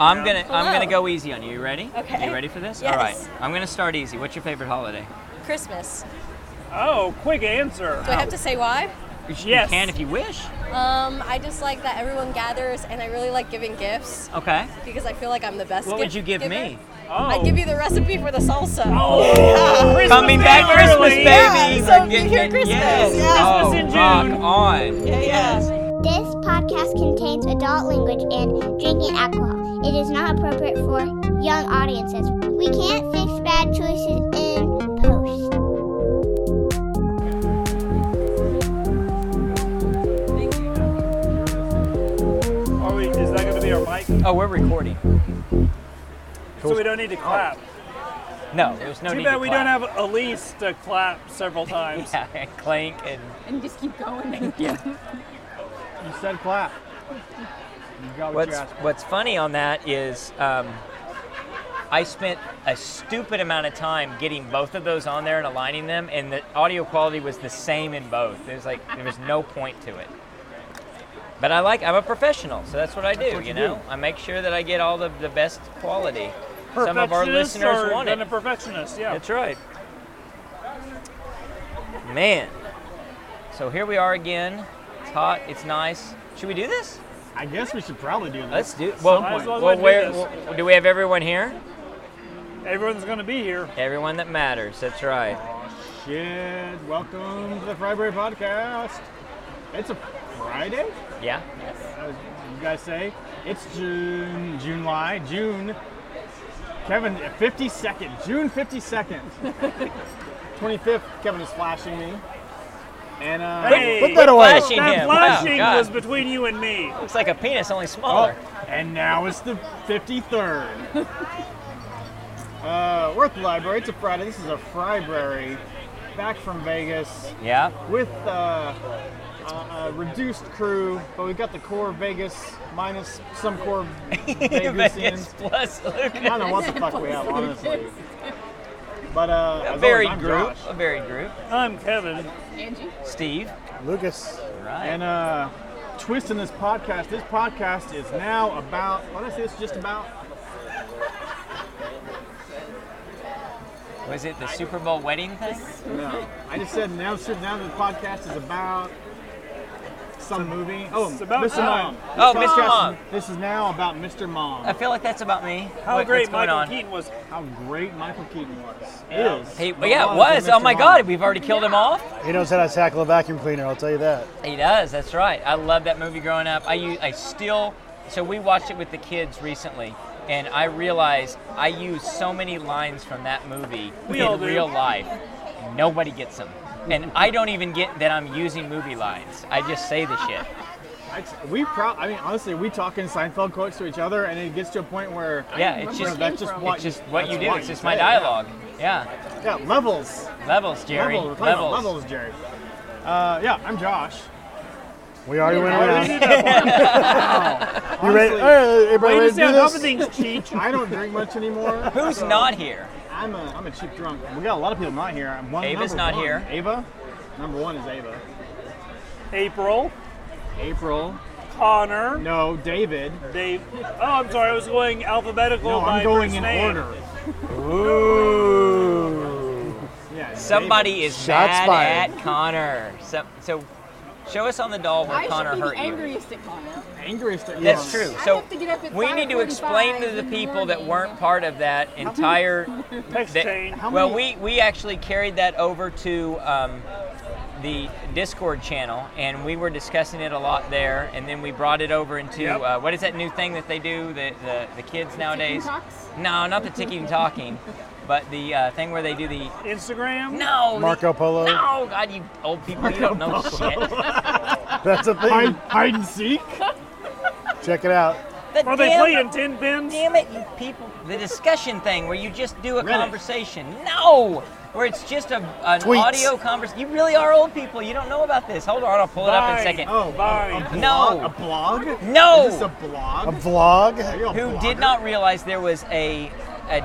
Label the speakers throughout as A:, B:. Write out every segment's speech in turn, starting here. A: I'm gonna I'm
B: Um, Hello.
A: gonna go easy on you. You ready?
B: Okay.
A: You ready for this?
B: Yes.
A: All right. I'm gonna start easy. What's your favorite holiday?
B: Christmas.
C: Oh, quick answer.
B: Do I have to say why?
A: You
C: Yes.
A: can if you wish.
B: Um, I just like that everyone gathers, and I really like giving gifts
A: Okay.
B: because I feel like I'm the best.
A: What would
B: gift
A: you give
B: giver.
A: me?
C: Oh.
B: I'd give you the recipe for the salsa.
C: Oh, Christmas
A: Coming back
C: early.
A: Christmas, baby.
B: Yeah, so be here
A: Yes.
B: Christmas.
C: Yeah.
A: Oh,
C: Christmas in
A: rock
C: June.
A: on.
D: Yeah, yeah.
E: This podcast contains adult language and drinking alcohol. It is not appropriate for young audiences. We can't fix bad choices in post.
C: Are we, is that going to be our mic?
A: Oh, we're recording.
C: So we don't need to clap.
A: No, there's no
C: Too
A: need
C: bad
A: to
C: we
A: clap.
C: don't have Elise to clap several times.
A: Yeah, and clank and
F: and just keep going.
G: You said clap. You got what you
A: What's
G: asked.
A: What's funny on that is um, I spent a stupid amount of time getting both of those on there and aligning them, and the audio quality was the same in both. It was like there was no point to it. But I like I'm a professional, so that's what I do. you know, I make sure that I get all the, the best quality. Some of our
C: Perfectionists
A: listeners
C: are
A: want
C: than
A: it.
C: a perfectionist, yeah.
A: That's right. Man, so here we are again. It's hot. It's nice. Should we do this?
G: I guess we should probably do this.
A: Let's do.
G: At
A: Well,
G: some
C: Might as
G: point.
C: well
A: well,
C: do
A: where
C: this.
A: well, do we have everyone here?
C: Everyone's going to be here.
A: Everyone that matters. That's right.
G: Oh, Shit. Welcome to the Fryberry Podcast. It's a Friday.
A: Yeah.
G: As you guys say it's June, June, July, June. Kevin, 52nd, June 52nd, 25th. Kevin is flashing me. And uh,
C: Hey,
G: put that away.
A: flashing
C: that
A: him.
C: flashing
A: Wow, God.
C: was between you and me.
A: Looks like a penis, only
G: Oh,
A: smaller.
G: and now it's the 53rd. uh, we're at the library. It's a Friday. This is a Fribrary. Back from Vegas
A: Yeah.
G: with uh, a, a reduced crew, but we've got the core Vegas minus some core
A: Vegas
G: Vegas.
A: plus
G: I don't
A: Lucas.
G: know what the fuck we have, honestly. But uh,
A: A
G: as always,
A: varied
G: I'm
A: group.
G: Josh.
A: A varied group.
C: I'm Kevin.
F: Angie,
A: Steve.
G: Lucas.
A: Right.
G: And uh, twist in this podcast. This podcast is now about. What is this? Just about.
A: Was it the Super Bowl wedding thing?
G: No, I just said now. Now the podcast is about some movie. Oh,
C: It's about
G: Mr.
C: time.
G: Mom.
A: Oh,
G: This
A: Mr.
G: podcast-
A: Mom.
G: This is now about Mr. Mom.
A: I feel like that's about me.
C: How
A: What-
C: great
A: what's going
C: Michael
A: on?
C: Keaton was.
G: How great Michael Keaton was. Is.
A: He,
G: But
A: yeah, it
G: honestly,
A: was. Oh
G: Mr.
A: my
G: Mom-
A: God, we've already killed him off.
H: He knows how to tackle a vacuum cleaner, I'll tell you that.
A: He does. That's right. I love that movie growing up. I u- I still. So we watched it with the kids recently, and I realized I use so many lines from that movie
C: We
A: in
C: all do.
A: real life. Nobody gets them, and I don't even get that I'm using movie lines. I just say the shit.
G: I, we pro- I mean, honestly, we talk in Seinfeld quotes to each other, and it gets to a point where
A: Yeah, it's
G: you know,
A: just
G: that's just what
A: it's just what
G: that's
A: you do.
G: what
A: It's
G: you
A: just my
G: say.
A: dialogue. Yeah,
G: Yeah, levels.
A: levels, Jerry.
G: Levels. We're talking about
A: levels.
G: levels, Jerry. Uh, yeah, I'm Josh.
H: We already went
C: Why did
H: around.
C: you do that one?
H: You ready?
G: Honestly,
H: All right, everybody
C: Way to
H: ready to do
C: sound off of
H: this?
C: things, Cheech.
G: I don't drink much anymore.
A: Who's
G: so
A: not here?
G: I'm a, I'm a cheap drunk. We got a lot of people not here. I'm one,
A: Ava's
G: number
A: not
G: one.
A: here.
G: Ava? Number one is Ava.
C: April,
G: April.
C: Connor,
G: No, David.
C: Dave. Oh, I'm sorry. I was going alphabetical
G: No,
C: by
G: I'm going
C: first
G: in
C: name.
G: order.
A: Ooh.
G: Yeah,
A: Somebody is mad
H: Shots fired.
A: at Connor. So, so show us on the doll where
F: I
A: Connor
F: should be
A: hurt
F: the
A: you.
F: angriest at Connor.
G: David. Angriest at you.
A: That's true.
F: I
A: So
F: have to get up at
A: we need to
F: 5:45
A: explain to the
F: in the
A: people that
F: morning.
A: weren't part of that entire.
C: Text
A: that-
C: chain.
G: How
A: well,
G: many-
A: we we actually carried that over to um, the Discord channel, and we were discussing it a lot there. And then we brought it over into
C: Yep.
A: uh, what is that new thing that they do? The the, the kids nowadays.
F: talks?
A: No, not the ticking and talking, but the uh, thing where they do the
C: Instagram.
A: no the-
H: Marco Polo.
A: No, God, you old people, you don't know shit.
H: That's a
G: Hide,
H: thing.
G: hide and seek?
H: Check it out.
A: The
C: Are they
A: damn-
C: playing ten pins?
A: Damn it, you people. The discussion thing where you just do a
G: Reddit.
A: conversation. No! Where it's just a, an
H: Tweets.
A: audio conversation. You really are old people. You don't know about this. Hold on, I'll pull it up in a
C: Bye.
A: second.
G: Oh,
C: Bye.
G: A, a
A: No.
G: blog? A blog?
A: No.
G: Is this a
H: A
G: blog? Are
H: vlog.
G: you a
A: Who did
G: blogger?
A: not realize there was a, a.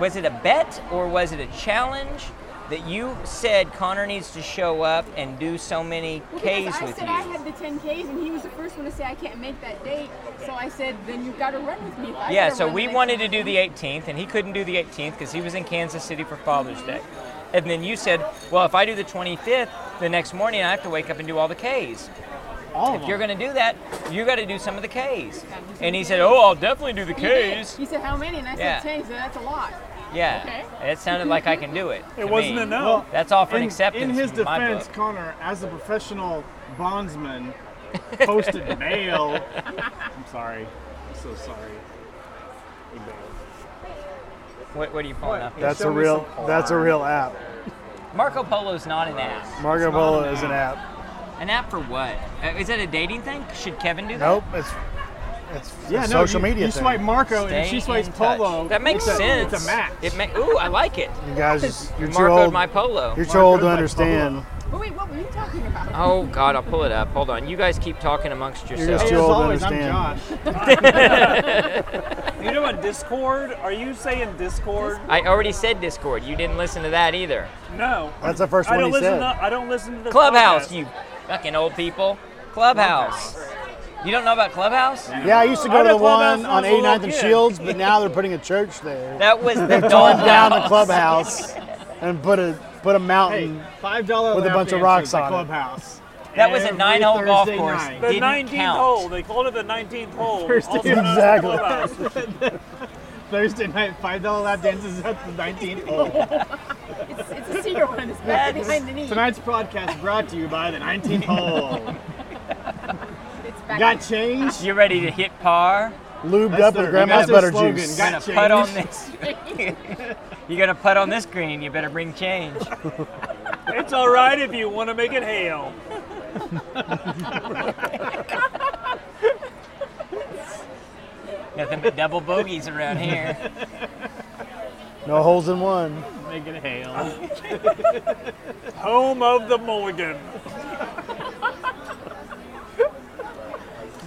A: Was it a bet or was it a challenge? that you said Connor needs to show up and do so many
F: Well, because
A: Ks
F: I
A: with
F: said I
A: you.
F: had the 10 Ks, and he was the first one to say I can't make that date. So I said, then you've got to run with me. if I
A: Yeah,
F: gotta
A: so
F: run the
A: we
F: next
A: wanted
F: one."
A: to do the 18th, and he couldn't do the 18th because he was in Kansas City for Father's Day. And then you said, well, if I do the 25th, the next morning I have to wake up and do all the Ks.
G: All of
A: If you're
G: them.
A: going to do that, you got to do some of the Ks. And he said, oh, I'll definitely do the
F: He did.
A: Ks.
F: He said, how many? And I said,
A: Yeah.
F: 10. He said, that's a lot.
A: Yeah,
F: Okay.
A: it sounded like I can do it. to
C: It wasn't
A: me.
C: a no.
G: Well,
A: That's all for an
G: in,
A: acceptance.
G: In his
A: in my
G: defense,
A: book.
G: Connor, as a professional bondsman, posted mail. I'm sorry. I'm so sorry. He bailed.
A: What, what are you pulling up?
H: That's
G: show
H: a
G: me
H: real.
G: some
H: That's a
G: porn.
H: real app.
A: Marco Polo's not an app.
H: Marco
G: It's not
H: Polo
G: an
H: is an app.
A: An app for what? Uh, Is that a dating thing? Should Kevin do that?
H: Nope. It's it's
G: Yeah, no,
H: a social
G: you,
H: media
G: You
H: thing.
G: swipe Marco
A: Stay
G: and she swipes
A: in touch.
G: Polo.
A: That makes
G: it's a-
A: sense.
G: It's a match.
A: It ma- Ooh, I like it.
H: You guys, you're
A: You
H: too
A: Marcoed
H: old.
A: my polo.
H: You're too old
G: Marco's
H: to
G: like
H: understand.
G: Polo.
F: But wait, what were you talking about?
A: Oh God, I'll pull it up. Hold on. You guys keep talking amongst
H: It's
G: Hey,
A: yourselves.
G: as
H: just- too old to
G: always, I'm
H: understand.
G: Josh.
C: You know what Discord? Are you saying Discord?
A: I already said Discord. You didn't listen to that either.
C: No.
H: That's the first
C: I
H: one
C: don't
H: he
C: listen
H: said.
C: To, I don't listen to this
A: Clubhouse,
C: podcast.
A: you fucking old people. Clubhouse. You don't know about Clubhouse?
H: Yeah, I used to
C: I
H: go to the
C: know Clubhouse
H: one
C: when I
H: on
C: was a little
H: 89th and
C: kid.
H: Shields, but now they're putting a church there.
A: That was the
H: Torn down the
A: Dollhouse.
H: clubhouse and put a put a
G: Hey,
H: mountain.
G: five dollar
H: Hmm. With a bunch of rocks on it.
G: Clubhouse.
A: That was a
G: Every
A: nine-hole golf
G: Thursday
A: course.
G: night.
C: The
A: Didn't
C: 19th
A: count.
C: hole. They called it the 19th hole.
G: Thursday.
C: also known as
H: Exactly.
C: Clubhouse.
G: Thursday night, five dollar lap dances at the 19th hole.
F: It's, it's a secret one. It's back behind the knee.
G: Tonight's podcast brought to you by the 19th hole.
F: It's back
G: Got change?
A: You ready to hit par?
H: Lubed
G: That's
H: up
G: their-
H: with grandma's
G: that's their
H: butter
G: slogan.
H: juice.
G: Got
A: Gonna
G: change?
A: put on this. You're gonna put on this green. You better bring change.
C: It's all right if you want to make it hail.
A: Nothing but double bogeys around here.
H: No holes in one.
G: Making a hail.
C: Home of the Mulligan.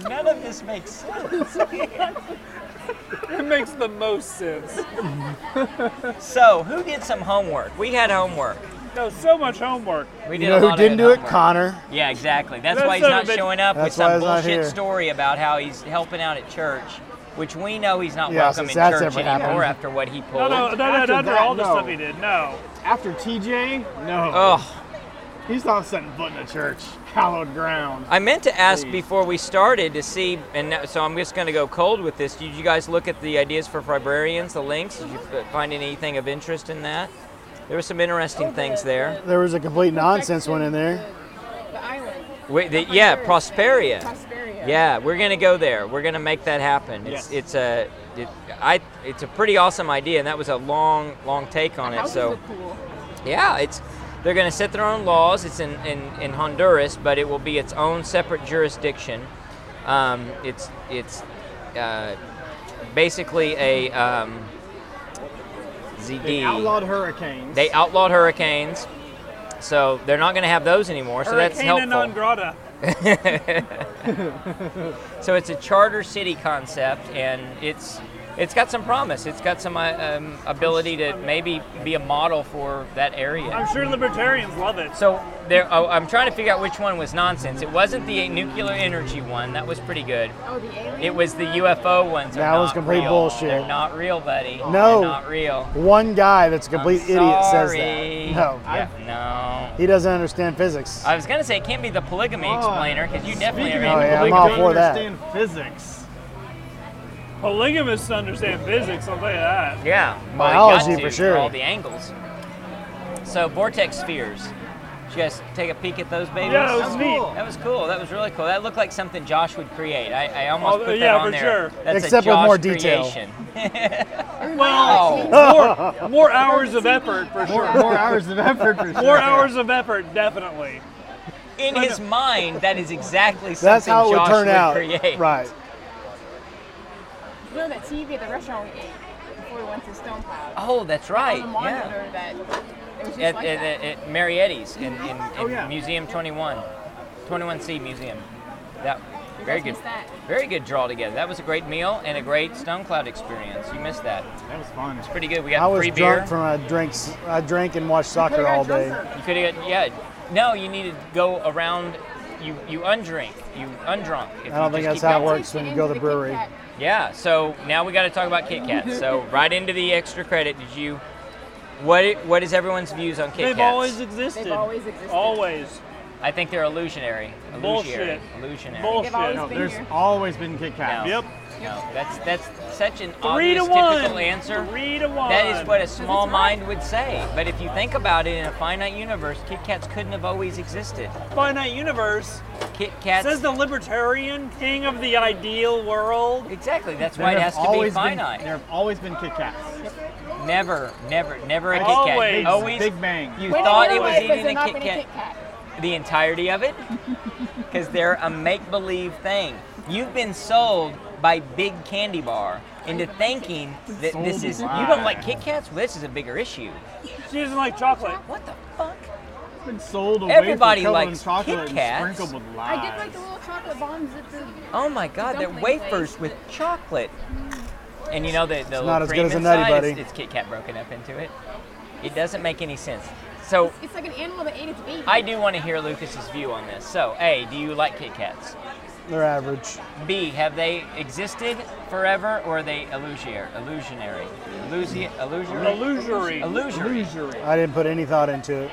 A: None of this makes sense.
C: It makes the most sense.
A: So, who did some homework? We had homework.
C: No, so much homework.
A: We did
H: You
A: a
H: know who
A: lot
H: didn't
A: of
H: do it?
A: homework.
H: Connor.
A: Yeah, exactly. That's,
C: That's
A: why he's
C: son
A: not
C: of a-
A: showing up with
H: That's why
A: some
H: he's not
A: bullshit
H: here.
A: story about how he's helping out at church, which we know he's not
H: Yeah,
A: welcome
H: since
A: in
H: that's
A: church
H: ever
A: anymore
H: happened.
A: after what he
C: No,
A: pulled.
C: no, no, no,
G: After
C: no, no,
G: that,
C: all the
G: no.
C: stuff he did. No.
G: After TJ, no.
A: Oh,
G: He's not setting foot in a church. Hallowed ground.
A: I meant to ask
G: Please.
A: before we started to see, and now- so I'm just going to go cold with this. Did you guys look at the ideas for librarians, the links? Did you f- find anything of interest in that? There were some interesting things there.
H: There was a complete nonsense one in there.
F: The island.
A: Wait, the- yeah, Prosperia.
F: Prosperia. Prosperia.
A: Yeah, we're gonna go there. We're gonna make that happen. It's
G: Yes.
A: it's a it, I it's a pretty awesome idea, and that was a long long take on it.
F: Houses
A: So
F: look cool.
A: yeah, it's they're gonna set their own laws. It's in in, in Honduras, but it will be its own separate jurisdiction. Um, it's it's uh, basically a um, ZD.
G: They outlawed hurricanes.
A: They outlawed hurricanes, so they're not gonna have those anymore. So that's
C: Hurricane
A: helpful.
C: and non grata.
A: So it's a charter city concept, and it's it's got some promise. It's got some uh, um, ability to maybe be a model for that area.
C: I'm sure libertarians love it.
A: So there, oh, I'm trying to figure out which one was nonsense. It wasn't the nuclear energy one. That was pretty good.
F: Oh, the alien.
A: It was the UFO ones. are
H: That was
A: not
H: complete
A: real.
H: bullshit.
A: They're not real, buddy.
H: No.
A: They're Oh, not real.
H: One guy that's a complete
A: I'm
H: idiot says
A: sorry.
H: that. No,
A: Yeah, no.
H: he doesn't understand physics.
A: I was gonna say it can't be the polygamy
G: Oh,
A: explainer because you definitely
G: Speaking
A: are
H: Oh,
G: of
A: into
H: yeah, I'm
G: people
H: all
G: who
H: for
G: don't
H: that.
G: understand physics.
C: Polygamists understand physics, I'll tell you that.
A: Yeah,
H: Biology
A: well, you got
H: for
A: to,
H: sure.
A: all the angles. So vortex spheres. Did you guys take a peek at those babies?
C: Yeah, it was
A: that,
C: neat.
A: was, cool. That was really cool. That looked like something Josh would create. I, I almost
C: Oh,
A: put that
C: yeah,
A: on
C: for
A: there.
C: sure.
A: That's
H: Except
A: a
H: with
A: Josh
H: more detail.
A: creation.
C: Well, more, more hours of effort for
G: More,
C: sure.
G: more hours of effort for sure.
C: More hours of effort, definitely.
A: In his mind, that is exactly something
H: That's how it would
A: Josh
H: turn out.
A: create.
H: Right.
F: You know that TV at the restaurant we ate before we went to Stone Cloud?
A: Oh, that's
F: On
A: right. Yeah.
F: the monitor that it was just
A: At,
F: like
A: at,
F: that.
A: at, at Marietti's in, in, in
G: Oh, yeah.
A: Museum 21, 21C Museum. That
F: You
A: Very
F: guys
A: good.
F: missed that.
A: Very good draw together. That was a great meal and a great Stone Cloud experience. You missed that.
G: That was fun.
A: Pretty good. We
H: I
A: got
H: was
A: free beer.
H: drunk from I drank s- I drank and watched soccer all day.
A: you could have got yeah. No, you need to go around. You you undrink. You undrunk. If
H: I don't
A: you just
H: think that's
A: keep
H: how it
A: going.
H: works when you go to the brewery.
A: Yeah. So now we got to talk about Kit Kats. So right into the extra credit. Did you? What what is everyone's views on Kit
C: They've
A: Kats?
C: always existed.
F: They've always existed.
C: Always.
A: I think they're illusionary. Illusionary.
C: Bullshit.
A: Illusionary.
C: Bullshit.
F: always
G: No,
F: been
G: there's
F: here.
G: always been Kit Kat.
A: No.
C: Yep.
A: No, that's that's such an
C: Three
A: obvious
C: to one.
A: typical answer.
C: Three to one.
A: That is what a small
F: it's right.
A: mind would say. But if you think about it, in a finite universe, Kit Kats couldn't have always existed.
C: finite universe
A: Kit Kats.
C: says the libertarian king of the ideal world.
A: exactly. That's
G: There
A: why it
G: have
A: has to be
G: always been-
A: finite.
G: there have always been Kit Kats.
A: never, never, never a Kit Kat.
C: Always.
A: Always.
G: Big Bang.
A: You
F: When
A: thought
F: in
A: it
F: your
A: was
F: life
A: eating
F: there
A: a
F: not
A: Kit
F: been
A: Kat.
F: Kit Kat?
A: the entirety of it because they're a make believe thing. You've been sold by Big Candy Bar into thinking that this
G: Sold
A: is
G: by.
A: you don't like Kit Kats. Well, this is a bigger issue.
C: She doesn't like chocolate.
A: What the fuck?
G: It's been sold away
A: Everybody
G: from covered in
A: likes
G: chocolate
A: Kit
G: and
A: Kats.
G: sprinkled with
F: I
G: lies.
F: did like the little chocolate bombs at the.
A: Oh my God, they're
F: Dumpling
A: wafers
F: place.
A: with chocolate. And you know the, the little
H: not as
A: cream
H: good as a
A: inside,
H: Nutty
A: it's-
H: Buddy.
A: It's, Kit Kat broken up into it. It doesn't make any sense. So
F: It's like an animal that ate its baby.
A: I do want to hear Lucas's view on this. So A, do you like Kit Kats?
H: They're average.
A: B, have they existed forever or are they illusionary? Illusionary. Illusi- illusionary?
C: Illusory.
A: Illusory.
G: Illusory.
H: I didn't put any thought into it.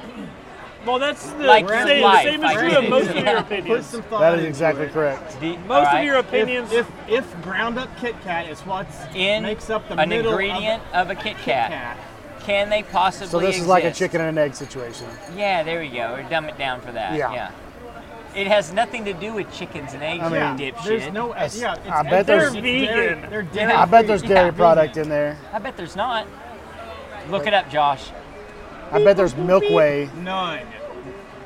C: Well, that's the
A: Like
C: same,
A: life,
C: the same is
A: I
C: true of
A: guess.
C: most of your
A: Yeah.
G: Put
C: opinions.
G: some thought
H: That is
G: into
H: exactly
G: it.
H: correct.
A: Do- all
C: Most of
A: right.
C: your
G: If,
C: opinions.
G: if, if ground up Kit Kat is what
A: in
G: makes up the
A: an
G: middle
A: ingredient of,
G: of
A: a Kit
G: Kit
A: Kat.
G: Kat,
A: Can they possibly
H: So this is like a
A: exist?
H: chicken and an egg situation.
A: Yeah, there we go. Or dumb it down for that.
H: Yeah.
A: yeah. It has nothing to do with chickens and eggs,
H: I mean,
A: you dipshit.
G: there's no.
H: It's-
G: yeah, it's,
H: I bet
C: They're
H: there's
C: vegan.
G: They're dairy.
H: I bet there's dairy product in there.
A: I bet there's not. Look it up, Josh.
H: I bet there's Milk Way.
G: None.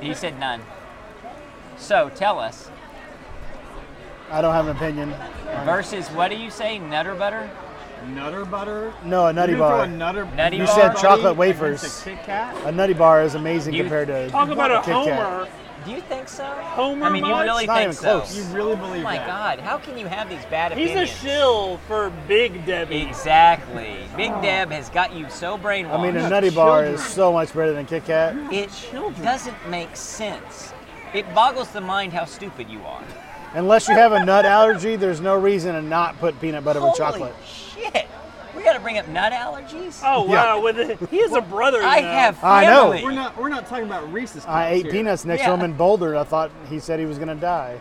A: He said none. So tell us.
H: I don't have an opinion.
A: Versus what do you say? Nutter butter?
G: Nutter butter.
H: No, a Nutty
G: You can throw
H: Bar.
G: a nutter,
A: Nutty
G: Nutter
A: You said
G: Buddy
H: chocolate
G: against
H: wafers.
G: a Kit Kat.
H: A Nutty Bar is amazing
A: You-
H: compared to
C: Talk about a
H: Kit Kat.
C: homer.
A: Do you think so?
C: Homer
A: I mean, you
C: Mudd?
A: really
H: It's not
A: think
H: even
A: so?
H: close.
G: You really
A: Oh
G: believe
A: my
G: that?
A: God! How can you have these bad
C: He's a
A: opinions?
C: shill for Big Debbie.
A: Exactly. Big Deb has got you so brainwashed.
H: I mean, a
G: Yeah,
H: Nutty Bar
G: children.
H: is so much better than Kit Kat.
A: it doesn't make sense. It boggles the mind how stupid you are.
H: Unless you have a nut allergy, there's no reason to not put peanut butter
A: Holy
H: with chocolate.
A: shit! We got to bring up nut allergies.
C: Oh
H: Yeah.
C: wow, with it, he has a brother.
A: I
C: now.
A: have
H: I know.
A: family.
G: We're not. We're not talking about Reese's.
H: I
G: Puffs
H: ate
G: here.
H: peanuts next to him
A: Yeah.
H: in Boulder. I thought he said he was gonna die.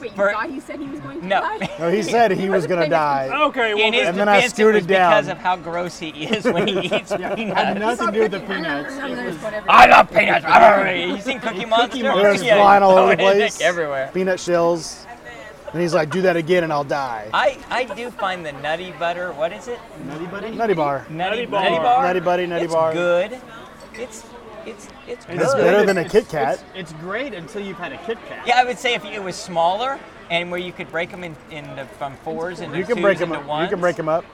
F: Wait, you
A: For-
F: thought he said he was going to
A: No.
F: die?
H: No, he said he was gonna die.
C: Okay, well,
A: In his
C: then,
H: And then I
A: defense, it was
H: scooted down.
A: because of how gross he is when he eats
G: Had
A: peanuts.
G: nothing to do with the peanuts.
A: I love peanuts. you seen Cookie Monster?
H: They were just
A: Yeah,
H: flying all over the
A: throwing it
H: place.
A: Everywhere.
H: Peanut shells. And he's like, "Do that again, and I'll die."
A: I, I do find the nutty butter. What is it?
G: Nutty buddy.
H: Nutty Bar.
A: Nutty,
C: Nutty Bar.
A: Nutty bar.
H: Nutty Buddy, Nutty
A: it's
H: Bar.
A: Good. It's it's it's good.
H: It's better than a Kit Kat.
G: It's, it's great until you've had a Kit Kat.
A: Yeah, I would say if it was smaller and where you could break them in, into from fours into
H: You can
A: twos
H: break them.
A: into
H: Up. You
A: ones.
H: can break them up.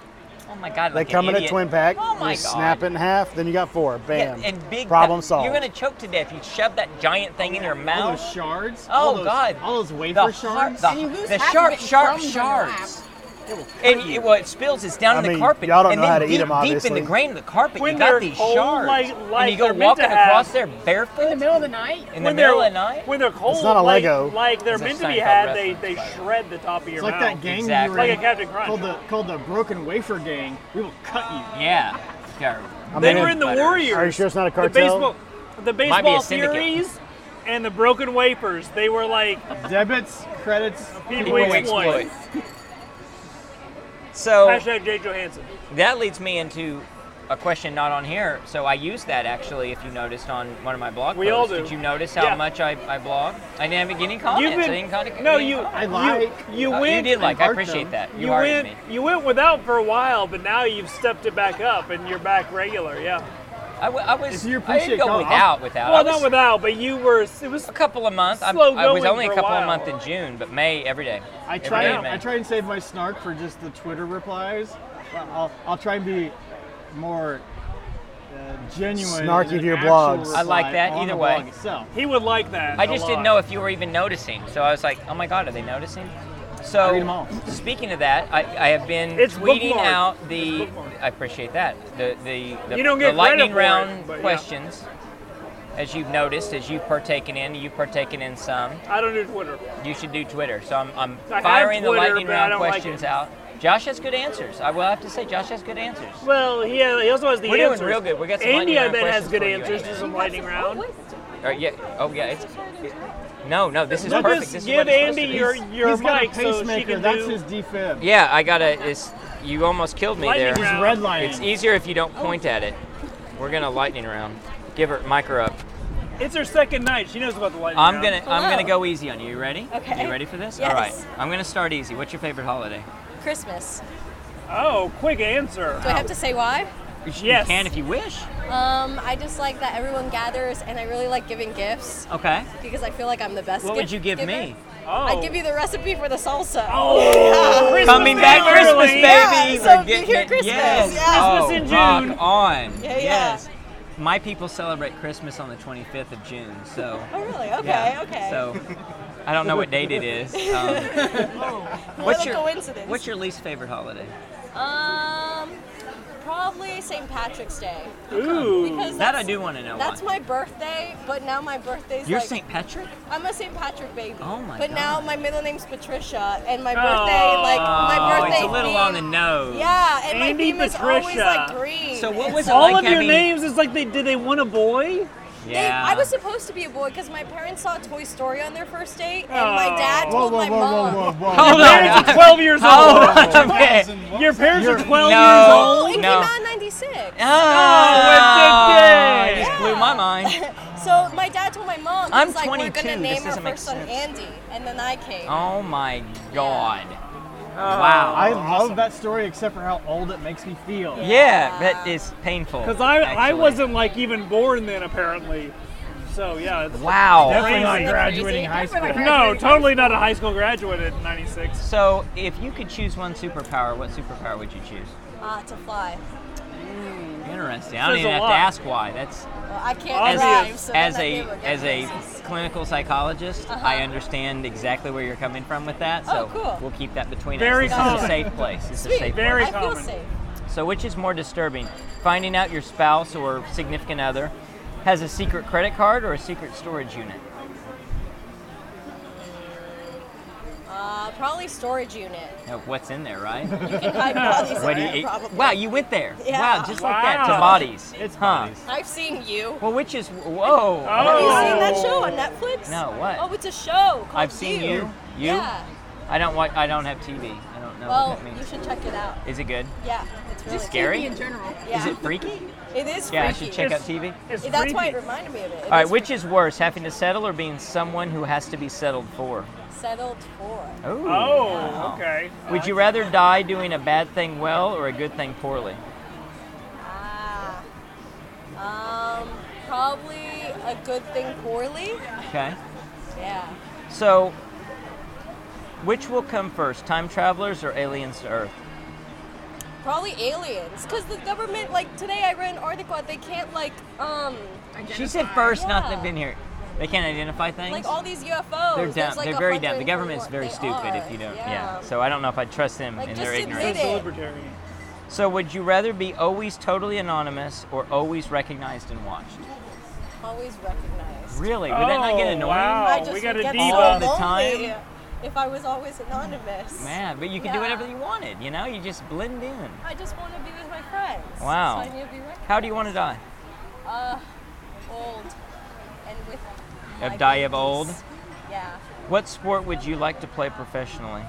A: Oh my god,
H: They
A: like an
H: come in a
A: idiot.
H: twin pack.
A: Oh my
H: you
A: god.
H: Snap it in half. Then you got four. Bam.
A: Yeah, and big
H: Problem
A: that-
H: solved.
A: You're gonna choke to death. You shove that giant thing in your
G: All
A: mouth.
G: those shards.
A: Oh
G: all those,
A: God!
G: All those wafer
A: the
G: shards.
A: Har-
F: And you
A: the
F: lose
A: the
F: half of
A: sharp,
F: it in
A: sharp
F: crumbs on your
A: shards. And it, well, it spills. It's down
H: I
A: in the
H: mean,
A: carpet.
H: y'all don't
A: and
H: know
A: then
H: how to eat
A: deep,
H: 'em,
A: Deep in
H: obviously.
A: the grain of the carpet,
C: When
A: you got
C: they're
A: these
C: cold,
A: shards,
C: like-
A: and
C: like
A: you go
C: they're meant
A: walking
C: to have-
A: across there
F: In the
A: barefoot
F: middle of the night?
A: in the
C: when
A: middle
C: they're
A: of the night.
C: when they're cold,
H: not a
C: like,
H: Lego.
C: like they're
A: It's a
C: meant to be
A: Seinfeld
C: had, they
A: reference, by
C: they
A: the way.
C: shred the top of your
G: It's like
C: mouth.
G: that gang
A: Exactly.
G: you were
A: Like
C: a
G: in,
C: Captain Crunch.
G: Called the called the Broken Wafer Gang. We will cut you.
A: Yeah. They're-
C: They
H: mean,
C: were in the
A: butter.
C: Warriors.
H: Are you sure it's not a
C: The baseball,
H: cartel?
C: the
A: be a
C: baseball
A: syndicate.
C: theories and the broken wafers. They were like
G: Debits, credits.
C: people
A: People
C: exploit.
A: exploit. So
C: Hashtag Jay Johansson.
A: that leads me into a question not on here. So I use that actually. If you noticed on one of my blog
C: We
A: posts,
C: all do.
A: did you notice how
C: Yeah.
A: much I, I blog? I didn't have any comments. I didn't contact-
C: no,
A: I didn't
C: you.
A: comment.
G: I like.
C: You, you
A: Uh, you
C: went.
A: did like. I
G: hurt
A: appreciate that.
G: them.
A: Uh, You,
C: you
A: are
C: went.
A: me.
C: You went without for a while, but now you've stepped it back up, and you're back regular. Yeah.
A: I, w- I was.
G: If you
A: I didn't
G: appreciate
A: go
G: God,
A: without. Without. Uh, I
C: Well,
A: was
C: not without, but you were. It was
A: a couple a month. I,
C: Slow
A: I was
C: going
A: only a
C: for a
A: couple a
C: while.
A: month in June, but May every day.
G: I
A: Every
G: try.
A: day
G: and-
A: in May.
G: I try and save my snark for just the Twitter replies. I'll, I'll try and be more uh, genuine
H: Snarky
G: and
H: to your
G: actual
H: blogs. I
A: like
G: reply
A: that
G: on
A: either
G: the
A: way.
G: blog itself.
C: He would like that.
A: I
C: a
A: just didn't
C: lot.
A: know if you were even noticing, so I was like, "Oh my God, are they noticing?" So,
G: read 'em all.
A: speaking of that, I, I have been
C: It's
A: tweeting
C: bookmarked.
A: out the.
C: It's bookmarked.
A: I appreciate that the the, the,
C: You don't
A: the
C: get credit
A: lightning
C: for it,
A: round
C: but yeah.
A: questions, as you've noticed, as you've partaken in, you've partaken in some.
C: I don't do Twitter.
A: You should do Twitter. So I'm, I'm
C: I have
A: firing the
C: Twitter,
A: lightning
C: but I
A: round
C: don't like
A: questions
C: it.
A: out. Josh has good answers. I will have to say, Josh has good answers.
C: Well, he, he also has the
A: We're doing
C: answers.
A: real good. We got some lightning
C: Andy, I
A: round
C: bet, has
A: questions
C: good
A: for you,
C: answers
A: Andy.
C: to some lightning round.
A: Or, yeah. Oh yeah. It's, it- no, no. This is
G: No,
A: perfect.
C: just
A: This is
C: give
A: what it's supposed
C: Andy
A: to be.
C: your- your
G: He's got a
C: mic so she
G: pacemaker.
C: can
G: That's
C: do-
G: his defib.
A: Yeah, I gotta. It's you almost killed me
C: Lightning
A: there.
C: round.
G: He's redlining.
A: It's E. easier if you don't point at it. We're gonna lightning round. Give her mic her up.
C: It's her second night. She knows about the lightning
A: I'm
C: round.
A: gonna I'm gonna
B: Hello.
A: go easy on you. You ready?
B: Okay.
A: You ready for this?
B: Yes.
A: All right. I'm gonna start easy. What's your favorite holiday?
B: Christmas.
C: Oh, quick answer.
B: Do I have to say why?
C: Yes.
A: You can if you wish.
B: Um, I just like that everyone gathers, and I really like giving gifts
A: Okay.
B: because I feel like I'm the best.
A: What would
B: gift
A: you give
B: giver.
A: me?
C: Oh.
B: I'd give you the recipe for the salsa.
C: Oh, Christmas
A: Coming back
C: early.
A: Christmas, baby.
B: Yeah, so
A: We're
B: if you
A: getting
B: hear
A: it-
B: Christmas,
A: Yes.
B: yeah.
A: Oh,
C: Christmas in June.
A: rock on.
B: Yeah, yeah.
A: Yes. My people celebrate Christmas on the 25th of June, so.
B: Oh, really? Okay,
A: yeah.
B: okay.
A: So, I don't know what date it is. Um,
B: a coincidence.
A: What's your least favorite holiday?
B: um, probably St. Patrick's Day.
C: Ooh.
B: Because
A: That I
B: that's-
A: do want to know.
B: That's
A: why.
B: my birthday, but now my birthday's
A: You're
B: like
A: St. Patrick?
B: I'm a St. Patrick baby.
A: Oh my
B: But now
A: God.
B: my middle name's Patricia, and my
C: Oh.
B: birthday, like my
A: oh,
B: birthday.
A: it's a little
B: theme-
A: on the nose.
B: Yeah, and my
C: Andy
B: theme is always
C: Patricia.
B: like green.
A: So what
B: And
A: was it
B: so-
C: All
A: like
C: of your
A: having-
C: names is like they did they want a boy?
B: They,
A: Yeah.
B: I was supposed to be a boy because my parents saw Toy Story on their first date, and my
C: Oh.
B: dad
H: Whoa,
B: told
H: whoa,
B: my
H: whoa,
B: mom.
H: whoa, whoa, whoa.
A: Hold on.
C: Parents are 12 years
A: Hold
C: old.
A: on, okay.
C: Your parents are 12
A: No.
B: It
A: No.
B: came out in '96.
A: Oh,
C: it's okay.
A: it just blew my mind.
B: So my dad told my mom,
A: I'm
B: he's like, we're
A: 22.
B: gonna
A: This
B: name our
A: doesn't make
B: first son
A: sense.
B: Andy, and then I came.
A: Oh my god. Wow.
G: I love that story except for how old it makes me feel.
A: Yeah, that is painful.
C: Because I, I
A: actually.
C: wasn't like even born then apparently. So yeah. It's,
A: Wow.
G: Definitely not
C: Crazy.
G: graduating high school.
C: no, totally not a high school graduate at 96.
A: So, if you could choose one superpower, what superpower would you choose?
B: Ah, to fly.
A: Interesting. I don't
C: Says
A: even
C: a
A: have to
C: lot.
A: ask why. That's
B: Well, I can't
A: as
B: drive, so
A: as
B: then I
A: a
B: knew it
A: as a
B: was-
A: clinical psychologist, I understand exactly where you're coming from with that. So
B: Uh-huh. Oh, cool.
A: we'll keep that between
C: Very
A: us. This is a
C: common.
A: safe place. This is a
B: Sweet.
A: safe
C: Very
A: place.
B: I feel
C: common.
B: safe.
A: So, which is more disturbing, finding out your spouse or significant other has a secret credit card or a secret storage unit?
B: Uh, probably storage unit.
A: Now, what's in there, right?
B: You can hide bodies
A: What
B: in
A: do you
B: it,
A: eat?
B: probably.
A: Wow, you went there.
B: Yeah.
A: Wow, just like that to
C: Wow.
A: bodies.
G: It's
A: huh.
G: bodies.
B: I've seen you.
A: Well, which is whoa.
B: Have you
C: Oh.
B: seen that show on Netflix?
A: No, what?
B: Oh, it's a show called
A: I've seen you. You?
B: Yeah.
A: I don't watch. I don't have TV. I don't know
B: Well,
A: what that
B: you
A: means.
B: should check it out.
A: Is it good?
B: Yeah, it's really
A: Just scary?
F: In general.
B: cool. Yeah.
A: Is it freaky?
B: it is
A: Yeah, I
B: freaky.
A: should check out TV.
C: It's
B: That's why it
C: freaky.
B: reminded me of it. It
A: All right,
B: is
A: which is worse, having to settle or being someone who has to be settled for?
B: settled for.
A: Ooh.
C: Oh, okay.
A: Would you rather die doing a bad thing well or a good thing poorly?
B: Ah. Um, probably a good thing poorly.
A: Okay.
B: Yeah.
A: So, which will come first, time travelers or aliens to Earth?
B: Probably aliens, because the government, like today, I read an article that they can't like, um,
A: She said first, not
B: Yeah.
A: they've been here. They can't identify things.
B: like all these UFOs.
A: They're
B: there's,
A: dumb.
B: like,
A: They're very dumb. The
B: 141
A: government's very
B: they
A: stupid
B: are,
A: if you don't. Yeah.
B: Yeah.
A: So I don't know if I'd trust them
B: Like,
A: in
B: just
A: their
B: admit
A: ignorance.
B: it.
C: It's a libertarian.
A: So would you rather be always totally anonymous or always recognized and watched?
B: always recognized.
A: Really? Would that not get
C: Oh,
A: annoying?
C: wow.
B: I
C: Oh,
B: just
C: we got
B: would
C: a
B: get
C: diva.
B: so
A: All the
B: lonely
A: time?
B: If I was always anonymous.
A: Man, but you could do
B: Yeah.
A: whatever you wanted, you know? You just blend in.
B: I just want to be with my friends.
A: Wow.
B: So I need to be recognized.
A: How do you want to die?
B: Uh, old and with.
A: Of
B: my
A: die of
B: babies.
A: old?
B: Yeah.
A: What sport would you like to play professionally?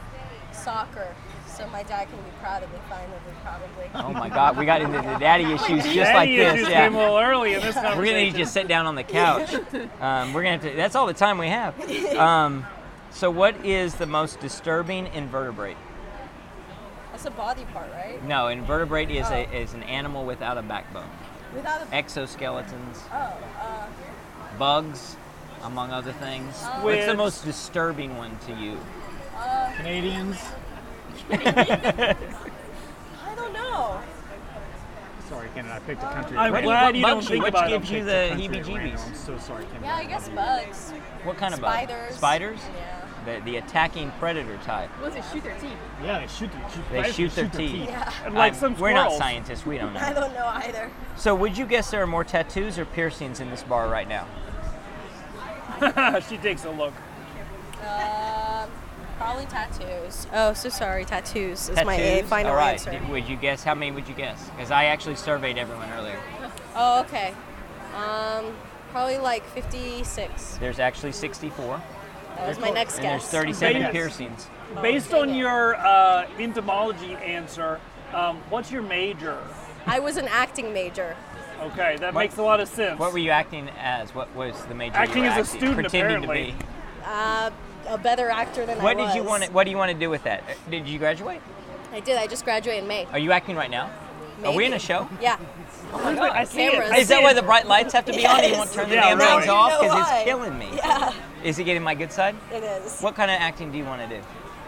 B: Soccer. So my dad can be proud of me finally, probably.
A: Oh my god, we got into the daddy issues just like
C: Daddy
A: this.
C: issues
A: Yeah.
C: came a little early in this
A: We're gonna need
C: conversation.
A: you to sit down on the couch. Um, we're gonna have to. That's all the time we have. Um, so, what is the most disturbing invertebrate?
B: That's a body part, right?
A: No, invertebrate is a
B: Oh.
A: is an animal without a backbone.
B: Without a.
A: Exoskeletons,
B: Oh, uh,
A: bugs, among other things. What's the
C: Squids.
A: most disturbing one to you?
G: Canadians.
B: I don't know.
G: Sorry, second, and I picked a country.
C: I'm
G: What-
C: glad
G: what
C: you don't
G: bugs
C: think
G: which
C: about it.
G: gives
A: I
G: you the
A: picked a country at random.
G: heebie-jeebies.
A: I'm
G: so sorry, Kim.
B: Yeah, I guess bugs.
A: What kind of
B: Spiders.
A: Bug? Spiders?
B: Yeah.
A: The, the attacking predator type.
F: Well, they shoot their teeth.
G: Yeah, they shoot, their-
A: They
G: shoot,
A: shoot their teeth.
G: And Like
A: Um,
G: some
A: we're not
G: squirrels.
A: scientists. We don't
B: I
A: know.
B: don't know either.
A: So, would you guess there are more tattoos or piercings in this bar right now?
C: she takes a look.
B: Um, probably tattoos. Oh, so sorry. Tattoos is my a-
A: tattoos.
B: final
A: All right.
B: answer.
A: Did- Would you guess? How many would you guess? Because I actually surveyed everyone earlier.
B: Oh, okay. Um, probably like 56.
A: There's actually 64,
B: That was my next
A: and there's
B: guess.
A: 37
C: Yes.
A: piercings.
C: Based on your uh, entomology answer, um, what's your major?
B: I was an acting major.
C: Okay, that
A: What-
C: makes a lot of sense.
A: What were you acting as? What was the major?
C: Acting
A: you were
C: as a student,
A: pretending
C: apparently.
A: to be.
B: Uh, a better actor than I
A: What
B: was.
A: did you want? To, what do you want to do with that? Uh, Did you graduate?
B: I did. I just graduated in May.
A: Are you acting right now? Are we in a
B: Maybe.
A: show?
B: Yeah. Oh my God.
C: I see it.
B: Cameras.
C: I
A: Is that why the bright lights have to be on? Do you
B: Yes.
A: want to turn the
C: Yeah,
A: damn
C: really.
A: things off?
B: You know
A: Because it's
B: why.
A: killing me.
B: Yeah,
A: Is it getting my good side?
B: it is.
A: What kind of acting do you want to do?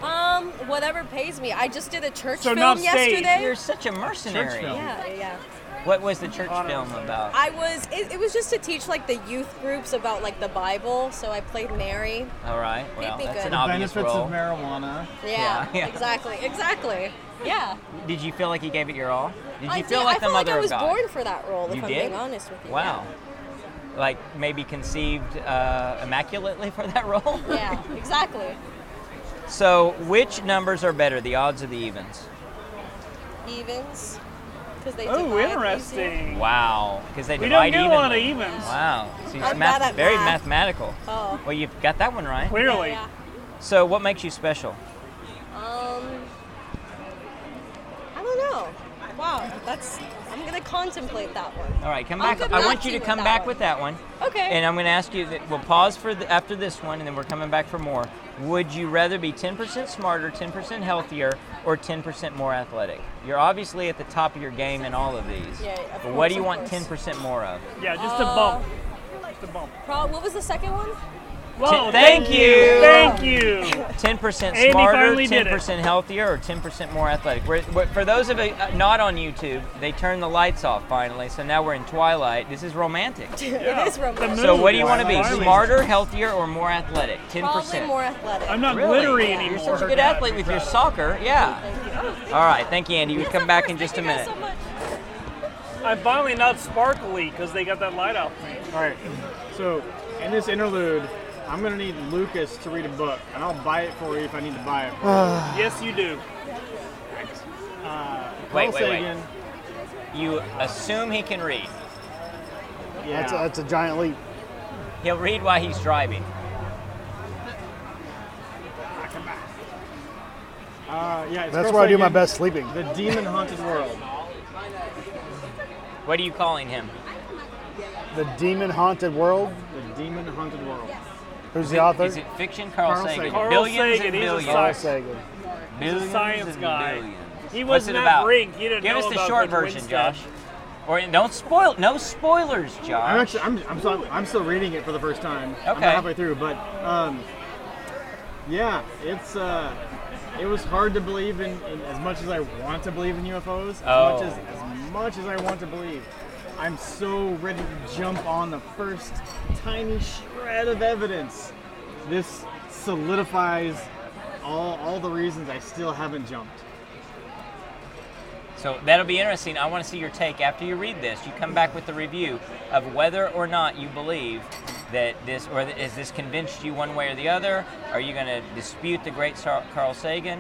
B: Um, whatever pays me. I just did a church
C: So
B: film
C: not stage.
B: yesterday.
A: You're such a mercenary.
G: film.
B: Yeah, yeah.
A: What was the church film about?
B: I was. It, it was just to teach like the youth groups about like the Bible. So I played Mary.
A: All right. Well,
B: Creepy
A: that's
B: good.
A: an
B: The
A: obvious
G: Benefits of
A: role.
G: marijuana.
B: Yeah,
A: Yeah, yeah.
B: exactly, exactly. Yeah.
A: Did you feel like you gave it your all? Did
B: I
A: you feel
B: did-
A: like the
B: I felt
A: mother
B: like I was
A: of God?
B: born for that role.
A: you
B: if I'm
A: did.
B: being honest with you.
A: Wow. Like maybe conceived uh, immaculately for that role.
B: Yeah, yeah exactly.
A: So, which numbers are better, the odds or the evens?
B: Evens, because they.
C: Oh,
B: divide easy.
C: interesting.
A: Wow. Because they
C: We don't
A: divide
C: get a lot of
A: evenly.
C: evens.
A: Wow. So you're
B: I'm
A: math-
B: bad at
A: very
B: math.
A: mathematical.
B: Oh.
A: Well, you've got that one right.
C: Clearly.
B: Yeah,
A: So, what makes you special?
B: Um, I don't know. Wow, that's. I'm gonna contemplate that one.
A: All right, come
B: I'll
A: back.
B: come
A: I
B: back
A: want
B: to
A: you to
B: you
A: come
B: with that
A: back
B: one.
A: with that one.
B: Okay.
A: And I'm going to ask you that we'll pause for the, after this one and then we're coming back for more. Would you rather be 10% smarter, 10% healthier, or 10% more athletic? You're obviously at the top of your game in all of these.
B: Yeah, of
A: but what
B: course,
A: do you
B: of
A: want
B: course.
A: 10% more of?
C: Yeah, just a bump. Just a bump.
B: Pro- what was the second one?
C: Whoa,
A: thank you.
C: Thank you.
A: 10%
C: Andy
A: smarter,
C: finally did it.
A: 10% healthier, or 10% more athletic? We're, we're- for those of you uh, not on YouTube, they turned the lights off finally, so now we're in twilight. This is romantic.
B: It is romantic.
A: So, what do you want to be?
G: Twilight.
A: Smarter, healthier, or more athletic? 10%.
B: Probably more athletic.
C: I'm not
A: Really?
C: glittery
B: Yeah.
C: anymore.
A: You're such a good athlete with your soccer. Yeah.
B: Thank you.
A: All right. Thank you, Andy. We
B: Yes,
A: come
B: of
A: back
B: course.
A: in just a
B: Thank you guys
A: minute.
B: so much.
C: I'm finally not sparkly because they got that light off me.
G: All right. So in this interlude, I'm gonna need Lucas to read a book, and I'll buy it for you if I need to buy it. For
C: Yes, you do.
G: you.
A: Wait,
G: Carl
A: wait, wait.
G: Sagan,
A: You assume he can read.
G: Yeah.
H: That's, a, that's a giant leap.
A: He'll read while he's driving.
G: uh, yeah, it's
H: That's
G: Carl
H: where I do my
G: Sagan,
H: best sleeping.
G: The Demon Haunted World.
A: What are you calling him?
H: The Demon Haunted World.
G: The Demon Haunted World.
H: Who's the author?
A: Is it fiction? Carl,
G: Carl
A: Sagan.
G: Sagan.
C: Carl
A: Billions
C: Sagan,
A: and
C: he's a
A: billions.
H: Carl
C: sci-
H: Sagan.
A: billions
C: science
A: and
C: guy.
A: Billions.
C: He
A: What's
C: was
A: it
C: Matt
A: about?
C: Rink. He didn't
A: Give
C: know
A: us the
C: about
A: short
C: Good
A: version,
C: Winstead.
A: Josh. Or don't spoil. No spoilers,
G: I'm
A: Josh.
G: actually, I'm, I'm, still, I'm still reading it for the first time. I'm
A: Okay.
G: not halfway through, but um, yeah, it's uh, it was hard to believe in, in as much as I want to believe in UFOs. As
A: Oh.
G: much as as much as I want to believe, I'm so ready to jump on the first tiny shred of evidence. This solidifies all all the reasons I still haven't jumped.
A: So that'll be interesting. I want to see your take after you read this. You come back with the review of whether or not you believe that this, or th- is this convinced you one way or the other? Are you going to dispute the great Sar- Carl Sagan?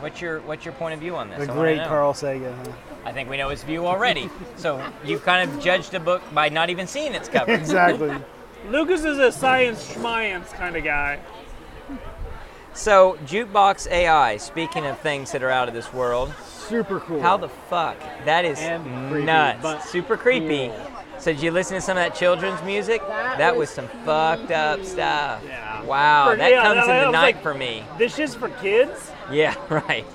A: What's your what's your point of view on this?
H: The
A: I wanna
H: great
A: know.
H: Carl Sagan. huh?
A: I think we know his view already. so you kind of judged a book by not even seeing its cover.
H: Exactly.
C: Lucas is a science schmiance kind of guy.
A: so jukebox AI. Speaking of things that are out of this world,
G: Super cool.
A: How the fuck? That is
G: And creepy,
A: nuts.
G: but
A: Super creepy.
G: cool.
A: So did you listen to some of that children's music? That, was, some fucked up stuff.
G: Yeah.
A: Wow,
C: For-
A: that
C: yeah,
A: comes
C: that-
A: in
C: that
A: the
C: was
A: night
C: like-
A: for me.
C: This is for kids?
A: Yeah, right.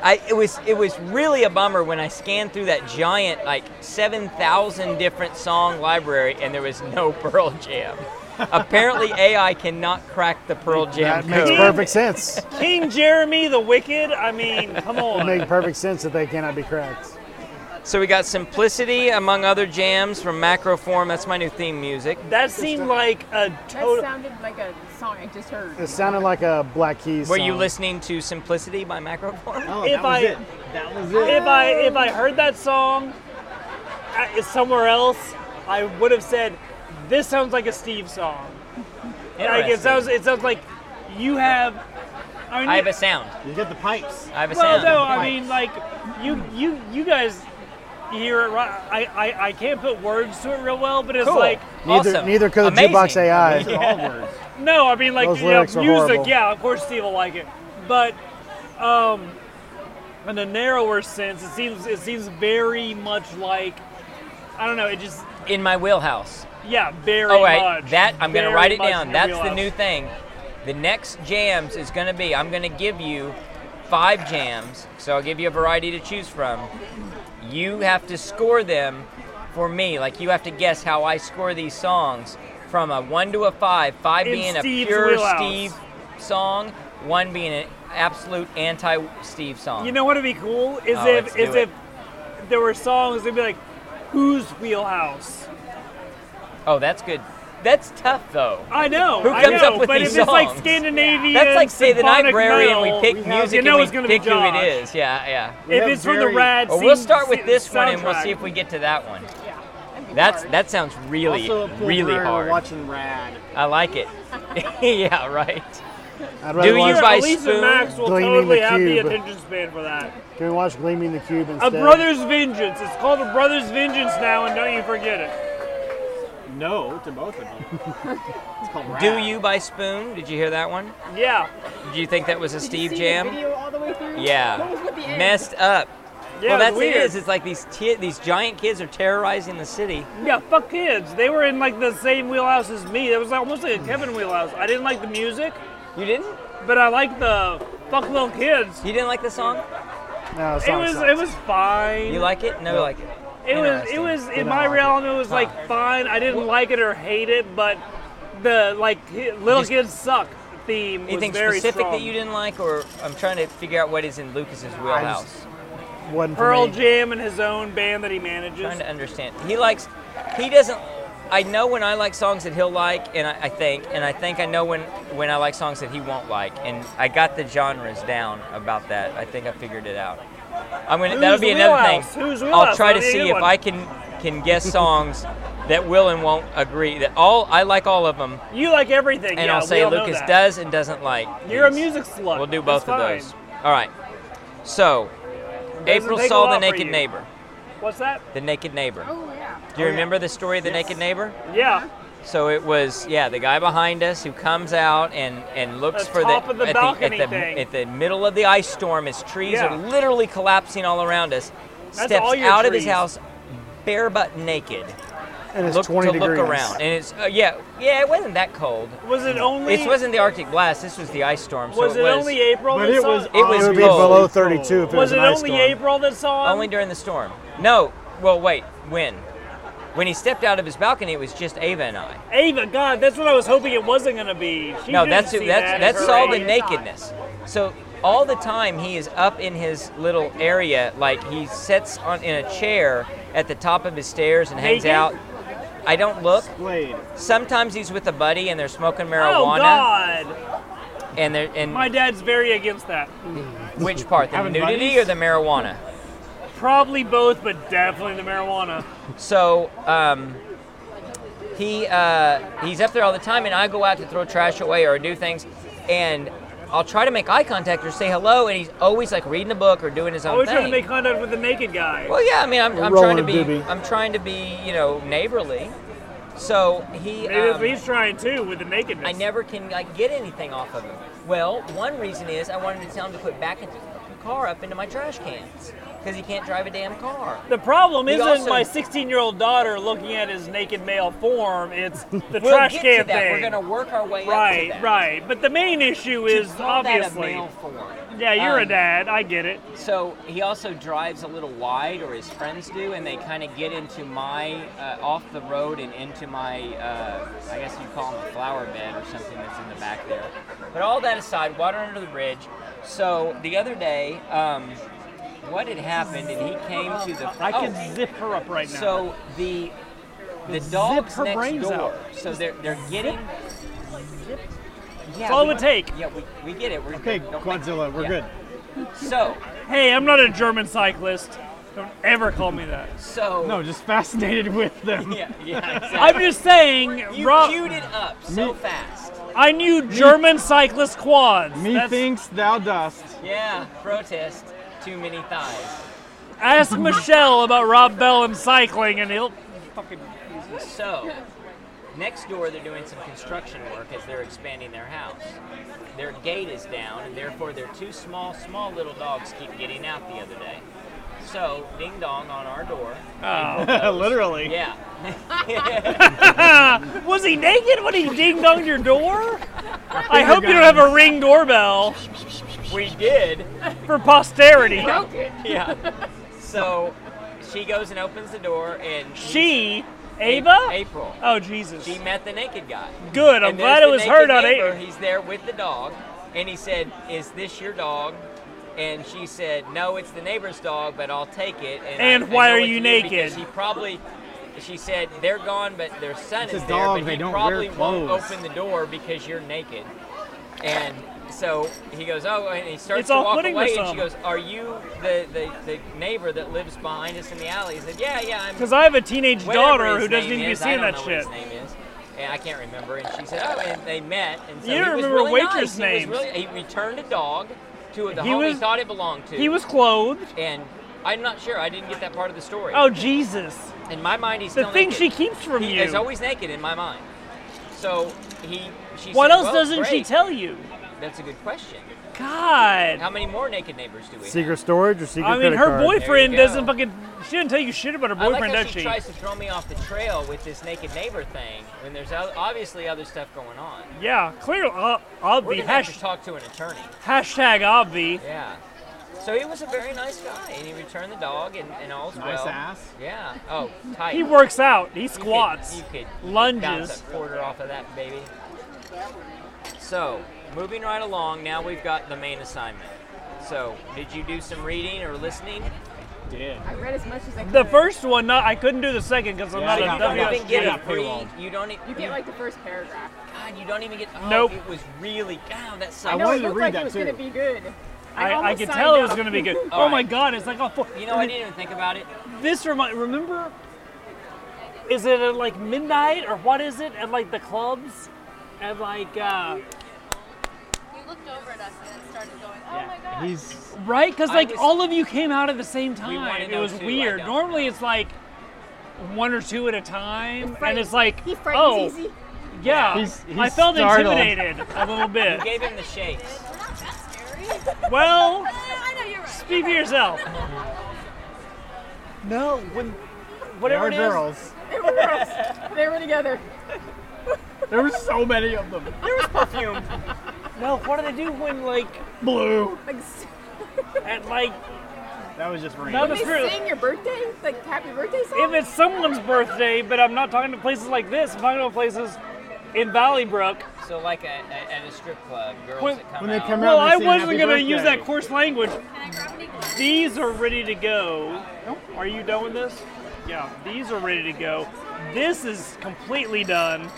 A: I, it was it was really a bummer when I scanned through that giant like seven thousand different song library and there was no Pearl Jam. Apparently AI cannot crack the Pearl Jam
H: That makes
A: code.
H: perfect sense.
C: King Jeremy the Wicked? I mean, come
H: It
C: on.
H: makes perfect sense that they cannot be cracked.
A: So we got Simplicity, among other jams from Macroform. That's my new theme music.
C: That seemed like a
F: That
C: total.
F: sounded like a song I just heard.
H: It sounded like a Black Keys.
A: Were
H: song.
A: you listening to Simplicity by Macroform?
G: Oh,
C: If
G: that was
C: I-
G: it. That was it.
C: If I if
A: Oh.
C: I heard that song at, somewhere else, I would have said, "This sounds like a Steve song." Like it
A: Interesting.
C: sounds it sounds like you have. I, mean,
A: I have a sound.
G: You get the pipes.
A: I have a
C: Well,
A: sound.
C: no, I mean like you you you guys hear it right. I, I I can't put words to it real well, but it's
A: Cool.
C: like
H: Neither,
A: Awesome.
H: neither could the
A: Amazing.
H: jukebox AI.
G: Those are all words.
C: no, I mean like
H: Those
C: you know,
H: lyrics are
C: music.
H: horrible.
C: Yeah, of course Steve will like it, but um, in a narrower sense, it seems it seems very much like I don't know. It just
A: in my wheelhouse.
C: yeah, very
A: All right,
C: much.
A: that I'm gonna
C: Very
A: write it
C: much
A: down.
C: in
A: That's
C: your
A: the new
C: wheelhouse.
A: thing. The next jams is gonna be I'm gonna give you five jams, so I'll give you a variety to choose from. You have to score them for me. Like you have to guess how I score these songs from a one to a five. Five
C: In
A: being a
C: Steve's
A: pure
C: wheelhouse.
A: Steve song, one being an absolute anti-Steve song.
C: You know what would be cool is
A: Oh, let's
C: if
A: do
C: is
A: it.
C: if there were songs they'd be like, whose wheelhouse?
A: oh, that's good. That's tough though.
C: I know.
A: Who
C: I
A: comes
C: know,
A: up with
C: but
A: these
C: if it's like
A: songs?
C: Scandinavian,
A: That's like say the
C: symphonic
A: library and we
C: metal,
A: pick
C: you
A: music
C: know
A: and
C: it's
A: we
C: gonna
A: pick
C: be
A: who
C: Josh.
A: it is. Yeah, yeah.
C: If
G: have
C: it's from the
G: very-
C: Rad,
A: Well, we'll
C: scene-
A: start with
C: scene-
A: this one, and we'll
C: soundtrack.
A: see if we get to that one.
F: yeah. that'd be
A: That's
F: hard.
A: that sounds really,
G: also, a
A: really
G: Pulverine, we're
A: hard.
G: watching Rad.
A: I like it. yeah, right.
H: I'd rather
A: Do you-
H: watch,
A: by
C: Elise
A: spoon,
C: and Max will
H: gleaming
C: totally
H: the
C: have the
H: cube.
C: attention span for that.
H: can we watch Gleaming the Cube
C: A
H: instead?
C: Brother's Vengeance. It's called A Brother's Vengeance now, and don't you forget it.
G: No to both of them. it's called Rad.
A: Do you by Spoon? Did you hear that one?
C: Yeah,
A: Do you think that was a
F: Did you
A: Steve
F: see the
A: jam?
F: video all the way through? What was
A: Yeah.
F: with the end?
A: Messed up.
C: yeah.
A: well, that's
C: it's weird.
A: it is. It's like these ti- these giant kids are terrorizing the city.
C: Yeah, fuck kids. They were in like the same wheelhouse as me. That was almost like a Kevin wheelhouse. I didn't like the music,
A: You didn't?
C: but I liked the fuck little kids.
A: You didn't like the song?
H: No, it's
C: It
H: not
C: was
H: sucks.
C: it was fine.
A: You like it? No, you like it.
C: it was it
A: Interesting.
C: was in
H: don't
C: my
H: like it.
C: realm. It was like fine. I didn't like it or hate it, but the like hi- little
A: Just-
C: kids suck theme was
A: Anything
C: very
A: specific
C: strong.
A: that you didn't like, or I'm trying to figure out what is in Lucas's wheelhouse.
H: Wasn't for
C: Pearl
H: me.
C: Jam and his own band that he manages.
A: trying to understand. He likes. He doesn't. I know when I like songs that he'll like, and I, I think, and I think I know when when I like songs that he won't like, and I got the genres down about that. I think I figured it out. I'm gonna. that'll
C: Whose
A: be another
C: wheelhouse?
A: thing.
C: Whose
A: I'll
C: wheelhouse?
A: try to
C: That'll be a
A: see
C: good
A: if
C: one.
A: I can can guess songs that will and won't agree. That all I like all of them,
C: You like everything,
A: and
C: yeah,
A: I'll
C: we
A: say
C: all know
A: Lucas
C: that.
A: does and doesn't like.
C: You're a
A: these.
C: music slut.
A: We'll do
C: That's
A: both of
C: fine.
A: those. All right. So, April
C: take a
A: saw
C: lot
A: the
C: for
A: naked
C: you.
A: neighbor.
C: What's that?
A: The naked neighbor.
F: Oh yeah.
A: Do you remember the story of the naked neighbor?
C: Yeah,
A: So it was, yeah, the guy behind us who comes out and, and looks
C: The
A: for
C: top
A: the,
C: of the
A: at,
C: balcony
A: the, at,
C: thing.
A: the at the middle of the ice storm as trees
C: Yeah.
A: are literally collapsing all around us. steps
C: all your
A: out of his
C: trees.
A: house, bare butt naked,
H: and it's
A: look
H: 20
A: to
H: degrees.
A: look around, and it's uh, yeah, yeah, it wasn't that cold.
C: was it only?
A: This wasn't the Arctic blast. This was the ice storm. So
C: was
A: it
C: it,
A: was
C: only April?
G: But
C: that
G: it
C: saw
G: was
A: It was
H: It would be
A: cold.
H: below 32 if it was,
C: Was it
H: an ice
C: only
H: storm.
C: April that saw him?
A: only during the storm. No, well, wait, when? When he stepped out of his balcony, it was just Ava and I.
C: Ava, God, that's what I was hoping it wasn't gonna be. She
A: No,
C: didn't
A: that's
C: see
A: that's
C: that in
A: that's
C: her
A: all the
C: age.
A: nakedness. So all the time he is up in his little area, like he sits on in a chair at the top of his stairs and hangs
C: Naked?
A: out. I don't look.
G: Blade.
A: Sometimes he's with a buddy and they're smoking
C: Oh
A: marijuana.
C: God,
A: and they're and
C: my dad's very against that.
A: which part? The
G: Having
A: nudity
G: buddies?
A: or the marijuana?
C: Probably both, but definitely the marijuana.
A: So um, he uh, he's up there all the time, and I go out to throw trash away or do things, and I'll try to make eye contact or say hello, and he's always like reading a book or doing his own
C: Always
A: thing.
C: trying to make contact with the naked guy.
A: Oh, Well, yeah. I mean, I'm, I'm trying
H: Rolling
A: to
H: a
A: be.
H: doobie.
A: I'm trying to be, you know, neighborly. So he.
C: Maybe that's
A: um,
C: what he's trying too with the nakedness.
A: I never can like get anything off of him. Well, one reason is I wanted to tell him to put back in the car up into my trash cans because he can't drive a damn car.
C: The problem
A: He
C: isn't
A: also-
C: my 16-year-old daughter looking at his naked male form. It's the
A: We'll
C: trash
A: get
C: can
A: to that.
C: thing.
A: We're gonna work our way up to
C: right,
A: that.
C: right. But the main issue
A: To
C: is
A: call that a
C: obviously.
A: male form.
C: Yeah, you're a
A: Um,
C: dad. I get it.
A: So he also drives a little wide, or his friends do, and they kind of get into my uh, off the road and into my, uh, I guess you call them a flower bed or something that's in the back there. But all that aside, water under the bridge. So the other day, um, what had happened, and he came to the.
C: I
A: oh,
C: can zip her up right now.
A: So the the dogs
C: her
A: next
C: brains
A: door.
C: out.
A: So they're they're getting. Yeah,
C: That's all
A: we-
C: it would take.
A: Yeah, we, we get it. We're
G: Okay,
A: don't make-
G: Quadzilla, we're
A: yeah.
G: good.
A: So
C: hey, I'm not a German cyclist. Don't ever call me that.
A: so
G: No, just fascinated with them.
A: yeah yeah. Exactly.
C: I'm just saying,
A: you
C: Rob,
A: queued it up so fast.
C: I knew German cyclist quads. That's-
G: Methinks thou dost.
A: Yeah, protest. Too many thighs.
C: Ask Michelle about Rob Bell and cycling, and he'll.
A: So, next door they're doing some construction work as they're expanding their house. Their gate is down, and therefore their two small, small little dogs keep getting out the other day. So, ding dong on our door.
G: Literally.
A: Yeah.
C: Was he naked when he ding donged your door? I hope you don't have a ring doorbell
A: we did.
C: for posterity.
A: Yeah. So, she goes and opens the door, and
C: She, Ava?
A: April.
C: Oh, Jesus.
A: She met the naked guy.
C: Good. I'm
A: And
C: glad it
A: there's
C: was
A: the
C: her,
A: naked
C: not
A: neighbor.
C: Ava.
A: He's there with the dog, and he said, "Is this your dog?" And she said, "No, it's the neighbor's dog, but I'll take it." And, I-
C: And
A: I
C: why
A: know
C: are
A: it's
C: you
A: Because
C: naked?
A: he probably. She said they're gone, but their son
G: It's
A: is
G: a
A: there.
G: dog,
A: but
G: they
A: he
G: don't wear
A: probably won't
G: clothes.
A: open the door because you're naked. And so he goes, oh, and he starts
C: It's
A: to
C: all
A: walk
C: footing
A: away,
C: to
A: and she
C: some.
A: goes, "Are you the, the the neighbor that lives behind us in the alley?" He said, "Yeah, yeah, I'm
C: Because I have a teenage
A: whatever
C: daughter
A: his
C: who doesn't
A: name
C: need to be
A: is, I
C: seeing
A: don't
C: that
A: know
C: shit.
A: What his name is. And I can't remember. And she said, "Oh," and they met. And so he
C: You don't
A: was
C: remember
A: really nice.
C: waitress
A: He,
C: names.
A: was really, he returned a dog to the
C: He
A: home he
C: was-
A: thought it belonged to.
C: He was clothed.
A: and I'm not sure. I didn't get that part of the story.
C: Oh, Jesus.
A: in my mind, he's
C: The
A: still
C: thing
A: naked.
C: she keeps from
A: He
C: you.
A: is always naked in my mind. So he. She
C: What
A: said,
C: else
A: "Well,
C: doesn't she
A: great."
C: tell you?
A: That's a good question.
C: God.
A: How many more naked neighbors do we? have?
H: Secret storage or secret
C: I mean,
H: credit
C: her
H: card?
C: boyfriend
A: There you
C: doesn't
A: go.
C: fucking. She didn't tell you shit about her
A: I like
C: boyfriend,
A: how
C: does
A: she
C: she?
A: tries to throw me off the trail with this naked neighbor thing when there's o- obviously other stuff going on.
C: Yeah, clear. Uh,
A: We're
C: obvi.
A: gonna have
C: Hash,
A: to talk to an attorney.
C: hashtag obvi.
A: Yeah. So he was a very nice guy, and he returned the dog, and, and all's
G: Nice
A: well.
G: ass.
A: Yeah. Oh, tight.
C: He works out. He
A: You could-
C: squats.
A: You could, bounce
C: lunges.
A: a quarter off of that baby. So moving right along, now we've got the main assignment. So did you do some reading or listening?
G: Did.
F: I read as much as I could.
C: The first one, no, I couldn't do the second because I'm
G: Yeah,
C: not
G: I
A: You
C: a
G: got
A: don't
G: that.
C: dumbass.
A: even
G: I
A: get
G: got
A: a read.
G: paywalled.
A: You don't. e-
F: You get like the first paragraph.
A: God. You don't even get. Oh,
C: Nope.
A: It was really. God, that's so.
G: I
F: I know
G: wanted
F: it
G: to
F: looked
G: read
F: like
G: that
F: it was
G: too.
F: gonna be good.
C: I, I,
F: almost
C: could
F: signed
C: tell it was
F: up.
C: going to be good.
A: All
C: oh my
A: right.
C: god, it's like all full.
A: You know, I didn't even think about it.
C: This remind. Remember? Is it at like midnight or what is it at like the clubs? At like uh,
D: He looked over at us and then started going, oh my god.
G: He's
C: right? Because
A: I
C: like
A: was-
C: all of you came out at the same
A: wanna
C: time. It
A: know
C: was
A: too, I
C: weird.
A: don't
C: Normally it's like one or two at a time, and it's like
F: he frightens
C: oh
F: easy.
C: yeah.
G: He's- he's
C: I felt
G: startled.
C: intimidated a little bit.
A: You gave him the shakes.
D: We're not that scary.
C: Well,
D: I know you're right.
C: speak for yourself.
G: no when they
C: Whatever
G: are
C: it is.
G: girls.
F: They were girls. they were together.
G: There were so many of them.
C: No, what do they do when like
G: Blue.
F: Like, s-
C: at like
G: That was just
C: That
G: random.
C: was-
F: they
C: true.
F: sing your birthday, like happy birthday song.
C: if it's someone's birthday, but I'm not talking to places like this. I'm talking to places in Valley Brook.
A: So like a, a, at a strip club, girls
C: When-
A: that come
G: when they
A: out.
G: come
C: Well,
G: out and
C: I
G: sing
C: wasn't
G: happy
C: gonna
G: birthday.
C: use that coarse language.
D: Can I grab any glasses?
C: These are ready to go. Are you done with this? Yeah, these are ready to go. This is completely done.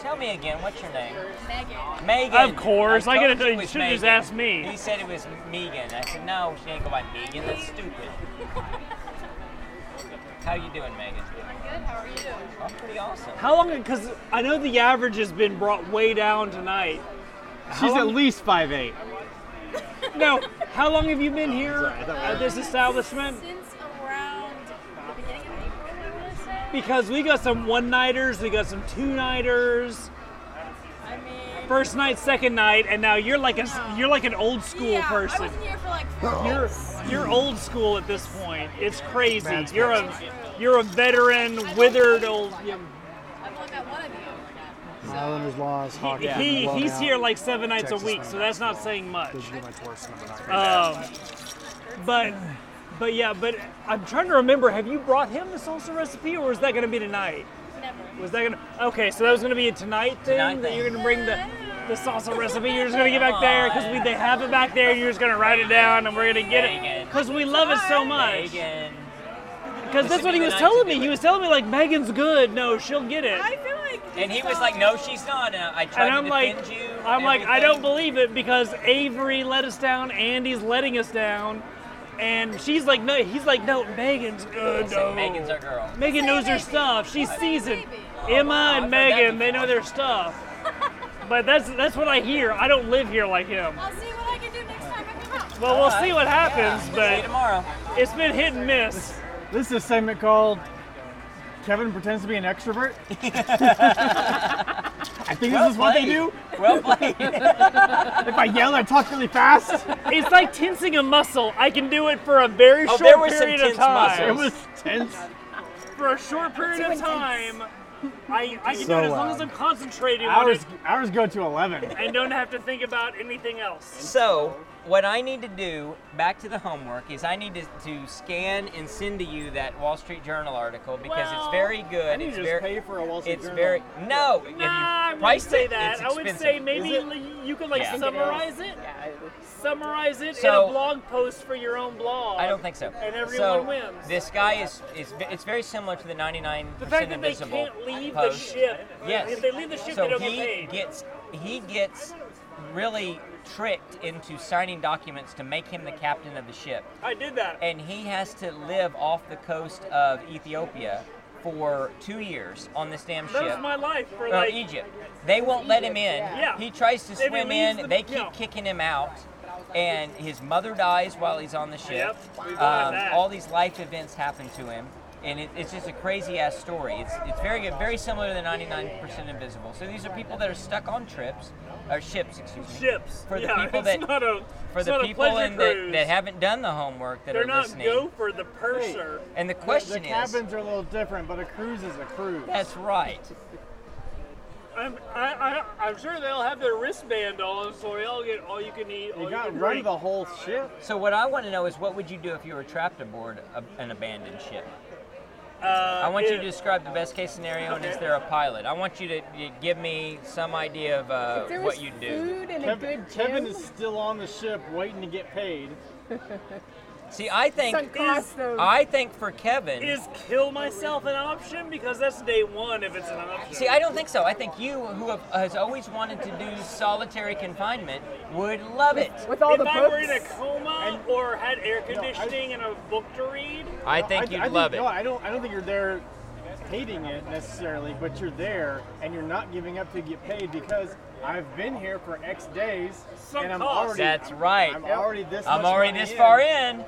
A: Tell me again, what's your name?
D: Megan.
A: Megan.
C: Of course, I
A: told
C: gotta-
A: it
C: you
A: was
C: should've just
A: Megan.
C: asked me.
A: He said it was Megan. I said no, she ain't go by Megan. That's stupid. How you doing, Megan?
D: I'm good. How are you?
A: I'm pretty awesome.
C: How long? Because I know the average has been brought way down tonight.
G: She's at least 5'8.
C: No, how long have you been here
G: Sorry, I thought we
C: at this establishment?
D: Since around the beginning of April, I want to say.
C: Because we got some one nighters, we got some two nighters.
D: I mean,
C: First night, second night, and now you're like a you're like an old school
D: yeah, I
C: person.
D: wasn't here for like four
C: You're you're old school at this point. It's crazy. You're a you're a veteran, withered old.
D: I've only met one of you.
H: Islanders laws, hockey.
C: He
H: blown
C: he's
H: out.
C: here like seven nights a
H: Texas
C: week, so that's not saying much.
H: Those are my worst number nine.
C: Um, but but yeah, but I'm trying to remember. Have you brought him the salsa recipe, or is that going to be tonight?
D: Never.
C: Was that gonna? Okay, so that was gonna be a tonight thing
A: Tonight
C: that
A: thing.
C: you're gonna bring the. the salsa recipe. You're just gonna get back there because they have it back there. You're just gonna write it down, and we're gonna get it
A: Megan.
C: because we love it so much.
A: Megan.
C: Because that's what he
A: Listen to
C: was
A: the night
C: telling me.
A: to
C: He was telling me like Megan's good. No, she'll get it.
F: I feel like.
A: And he
F: this
A: was
F: song-
A: like, "No, she's not." And I tried
C: And I'm
A: to
C: like,
A: defend you. and
C: I'm like, I don't
A: everything.
C: believe it because Avery let us down. Andy's letting us down, and she's like, no. He's like, no. Megan's good.
A: Listen,
C: No.
A: Megan's our girl.
C: Megan knows her stuff. She's seasoned. Emma
A: I've
C: and
A: heard that
C: Megan, they
A: before.
C: know their stuff. But that's that's what I hear. I don't live here like him.
D: I'll see what I can do next time I come out.
C: Well, we'll see what happens,
A: See you tomorrow.
C: but it's been hit and miss.
G: This is a segment called Kevin pretends to be an extrovert. I think this is what they do.
A: Well played.
G: If I yell, I talk really fast.
C: It's like tensing a muscle. I can do it for a very
A: Oh,
C: short
A: there were some
C: period of
A: tense
C: time.
G: It
A: muscles.
G: was tense.
C: For a short period of time, I, I can
H: So
C: do it as long as
H: loud.
C: I'm concentrating on it
G: Hours, hours go to 11.
C: and don't have to think about anything else.
A: so, what I need to do back to the homework is I need to, to scan and send to you that Wall Street Journal article because
C: Well,
A: it's very good. it's very.
G: for a Wall
A: it's very no. if you
C: Nah, I wouldn't
A: priced
C: say
A: it,
C: that.
A: it's
C: I would
A: expensive.
C: say maybe
G: Is it?
C: l- you could like
A: Yeah.
C: summarize it. Summarize it in
A: So-
C: a blog post for your own blog.
A: I don't think so.
C: And everyone
A: so,
C: wins.
A: This guy is, is it's very similar to the 99
C: The fact that they
A: invisible
C: can't leave
A: post.
C: the ship.
A: Yes.
C: If they leave the ship, they
A: so
C: don't
A: he
C: get paid.
A: gets he gets really tricked into signing documents to make him the captain of the ship,
C: I did that.
A: and he has to live off the coast of Ethiopia for two years on this damn
C: That was
A: ship.
C: my life for
A: or
C: like.
A: Egypt. They won't let him in.
C: Yeah.
A: He tries to
C: If he
A: swim in.
C: leaves the-
A: they keep
C: yeah.
A: kicking him out. And his mother dies while he's on the ship. Um,
C: Yep, we've all had that.
A: all these life events happen to him. And it, it's just a crazy ass story. It's, it's very good, very similar to the 99% Invisible. So these are people that are stuck on trips, or ships, excuse me.
C: Ships.
A: For the
C: yeah,
A: people
C: it's
A: that-
C: not a,
A: For
C: it's
A: the
C: not a
A: people
C: pleasure
A: in that,
C: cruise.
A: that haven't done the homework that
C: They're
A: are
C: not
A: listening.
C: go for the purser.
A: And the
G: The
A: question is
G: cabins are a little different, but a cruise is a cruise.
A: that's right.
C: I'm, I, I, I'm sure they'll have their wristband on, so we all get all you can eat. all
G: You
C: you
G: got
C: can
G: run
C: drink.
G: the whole ship.
A: So, what I want to know is what would you do if you were trapped aboard a, an abandoned ship?
C: Uh,
A: I want you
C: it-
A: to describe the best case scenario, and is
C: Okay.
A: there a pilot? I want you to you give me some idea of uh,
F: There was
A: what you do.
F: food and a
G: Kevin,
F: good
G: Kevin
F: gym.
G: is still on the ship waiting to get paid.
A: See, I
F: Sunk
A: think
F: cost of-
A: I think for Kevin.
C: Is kill myself an option? Because that's day one if it's an option.
A: See, I don't think so. I think you, who have, has always wanted to do solitary confinement, would love it.
F: with all
C: if
F: the
C: I
F: books.
C: were in a coma or had air conditioning and a book to read,
A: I
G: I,
A: think
G: I
A: you'd love
G: no,
A: it.
G: I don't. I don't think you're there hating it necessarily, but you're there and you're not giving up to get paid because I've been here for X days
C: Some
G: and I'm
C: cost.
G: already.
A: That's right.
G: I'm already this.
A: I'm
G: much
A: already
G: money
A: this
G: in.
A: far in,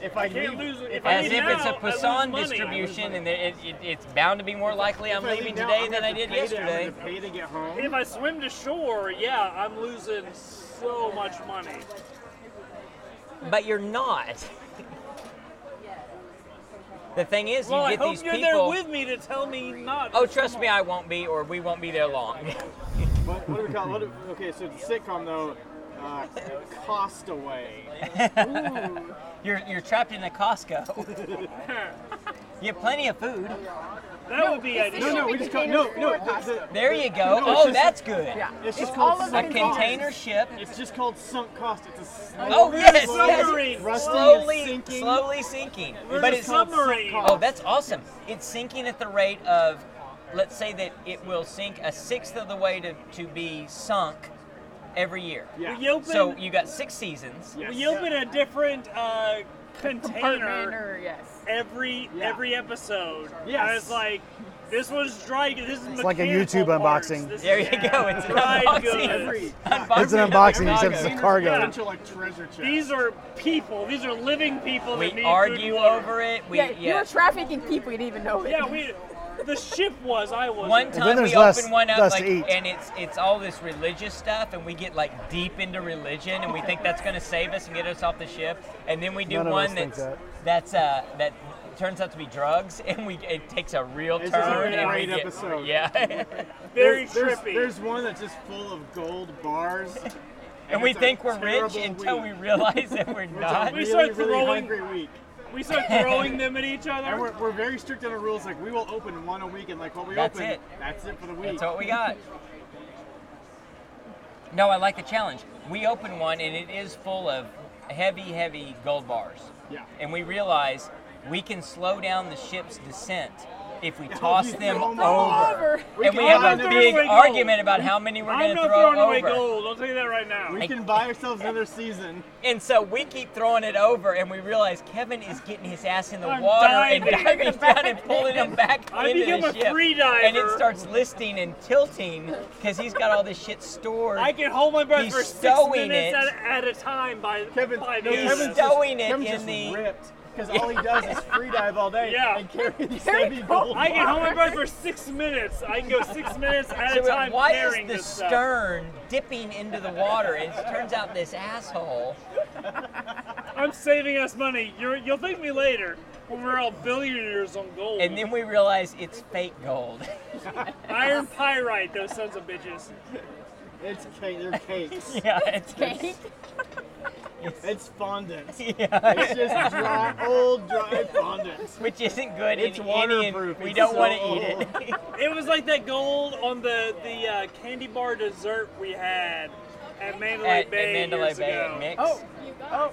G: If I,
C: I can't
G: leave-
C: lose it. If I
A: as
C: leave
A: if it's
C: now,
A: a
C: I lose
A: Poisson
C: money.
A: distribution, and there- it, it, it's bound to be more likely I'm
G: if I leave
A: leaving
G: now,
A: today
G: I'm
A: than
G: gonna
A: I
G: have to
A: did
G: pay to-
A: yesterday.
G: I'm gonna pay to get home.
C: If I swim to shore, yeah, I'm losing so much money.
A: But you're not. The thing is,
C: Well, I
A: you get
C: hope
A: these
C: you're
A: people.
C: there with me to tell me not.
A: Oh, trust me, I won't be, or we won't be there long.
G: What, what do we call? What do, okay, so the sitcom though, uh, cost away.
A: you're you're trapped in a Costco. you have plenty of food.
C: That would be ideal.
G: No, no, we just call no, no. the- the-
A: There you go.
G: No, it's
A: Oh,
G: just-
A: that's good.
G: It's just
F: all
G: called
F: of
A: A
G: sunk cost.
A: container ship.
G: It's just called sunk cost. It's a s-
A: Oh yes,
C: submarine.
A: yes.
G: Rusty is
A: Slowly,
G: sinking.
A: slowly sinking.
C: We're
A: But
C: in a
A: it's
C: submarine.
A: oh, that's awesome. It's sinking at the rate of, let's say that it will sink a sixth of the way to to be sunk every year.
G: yeah.
C: We open,
A: So you got six seasons.
G: Yes.
C: we open a different uh, container
F: Partner, yes.
C: every
G: Yeah.
C: every episode.
G: Yes.
C: I was like, this was dry. This is
H: like a
C: mechanical
H: YouTube
C: parts.
H: unboxing.
C: This
A: There
C: is-
A: you go. It's an
C: Dried
A: unboxing.
C: goods.
A: Unboxing
H: It's an
A: of the
H: unboxing, except
A: Chicago.
H: it's a cargo.
C: Yeah.
G: Bunch of, like treasure chest.
C: These are people. These are living people
A: We
C: that need
A: argue
C: food and water.
A: over it. We
F: yeah,
A: yeah.
F: you were trafficking people, you didn't even know it.
C: Yeah, we. The ship was. I was.
A: One
H: then
A: time we
H: there's
A: open
H: less-
A: one up
H: less to
A: like,
H: eat.
A: and it's it's all this religious stuff, and we get like deep into religion, and we think that's going to save us and get us off the ship, and then we do
H: None of us
A: one
H: think
A: that's that's uh, that turns out to be drugs, and we it takes a real
G: This is a
A: turn. and we
G: great
A: get-
G: episode.
A: Yeah,
C: Very
G: there's, there's,
C: trippy.
G: there's one that's just full of gold bars. and
A: and we
G: it's a
A: think we're rich
G: terrible
A: until we
G: week.
A: realize that we're
G: It's a
A: not.
C: We
G: really,
C: start
G: really
C: throwing-
G: hungry week.
C: we start throwing them at each other.
G: And we're, we're very strict on the rules. Like we will open one a week, and like what we
A: That's
G: open,
A: it.
G: that's it for the week.
A: That's what we got. No, I like the challenge. We opened one and it is full of heavy, heavy gold bars.
G: Yeah.
A: And we realize we can slow down the ship's descent if we toss them
G: Throw 'em
A: over.
F: Over.
G: We
A: And
G: can
A: we have
G: buy
A: a
G: them
A: big
G: away
A: argument about how many we're
C: I'm
A: going to
C: not
A: throw
C: throwing away
A: over.
C: gold. I'll tell you that right now.
G: gold. We can buy ourselves another season.
A: And so we keep throwing it over, and we realize Kevin is getting his ass in the
C: I'm
A: water and
C: diving.
A: diving down and pulling him back
C: I
A: into
C: become
A: the
C: a
A: ship.
C: free
A: And it
C: diver.
A: starts listing and tilting because he's got all this shit stored.
C: I can hold my breath
A: He's
C: for six
A: stowing
C: minutes
A: it.
C: at, at a time by
G: Kevin,
C: by
G: no,
C: doing
A: He's
G: Kevin's
C: this.
A: stuck. stowing
G: just,
A: it
G: Kevin's
A: in
G: just
A: the-
G: ripped because all he does is free dive all day
C: Yeah.
G: and carry these heavy gold.
C: I can
G: bars.
C: hold my breath for six minutes. I can go six minutes at
A: So
C: a time
A: why
C: carrying
A: is the
C: this stuff.
A: stern dipping into the water? And it turns out this asshole.
C: I'm saving us money. You're, you'll thank me later when we're all billionaires on gold.
A: And then we realize it's fake gold.
C: Iron pyrite, those sons of bitches.
G: It's cake. They're cakes.
A: yeah, it's
F: Okay.
G: It's fondant.
A: yeah,
G: It's just dry, old dry fondant.
A: which isn't good.
G: It's
A: in any, and
G: waterproof.
A: we
G: It's
A: don't
G: so
A: want to eat it.
C: It was like that gold on the the uh, candy bar dessert we had at Mandalay
A: at, at
C: Bay
A: Mandalay
C: years
A: Bay
C: ago. Oh.
A: at Mix.
F: You guys.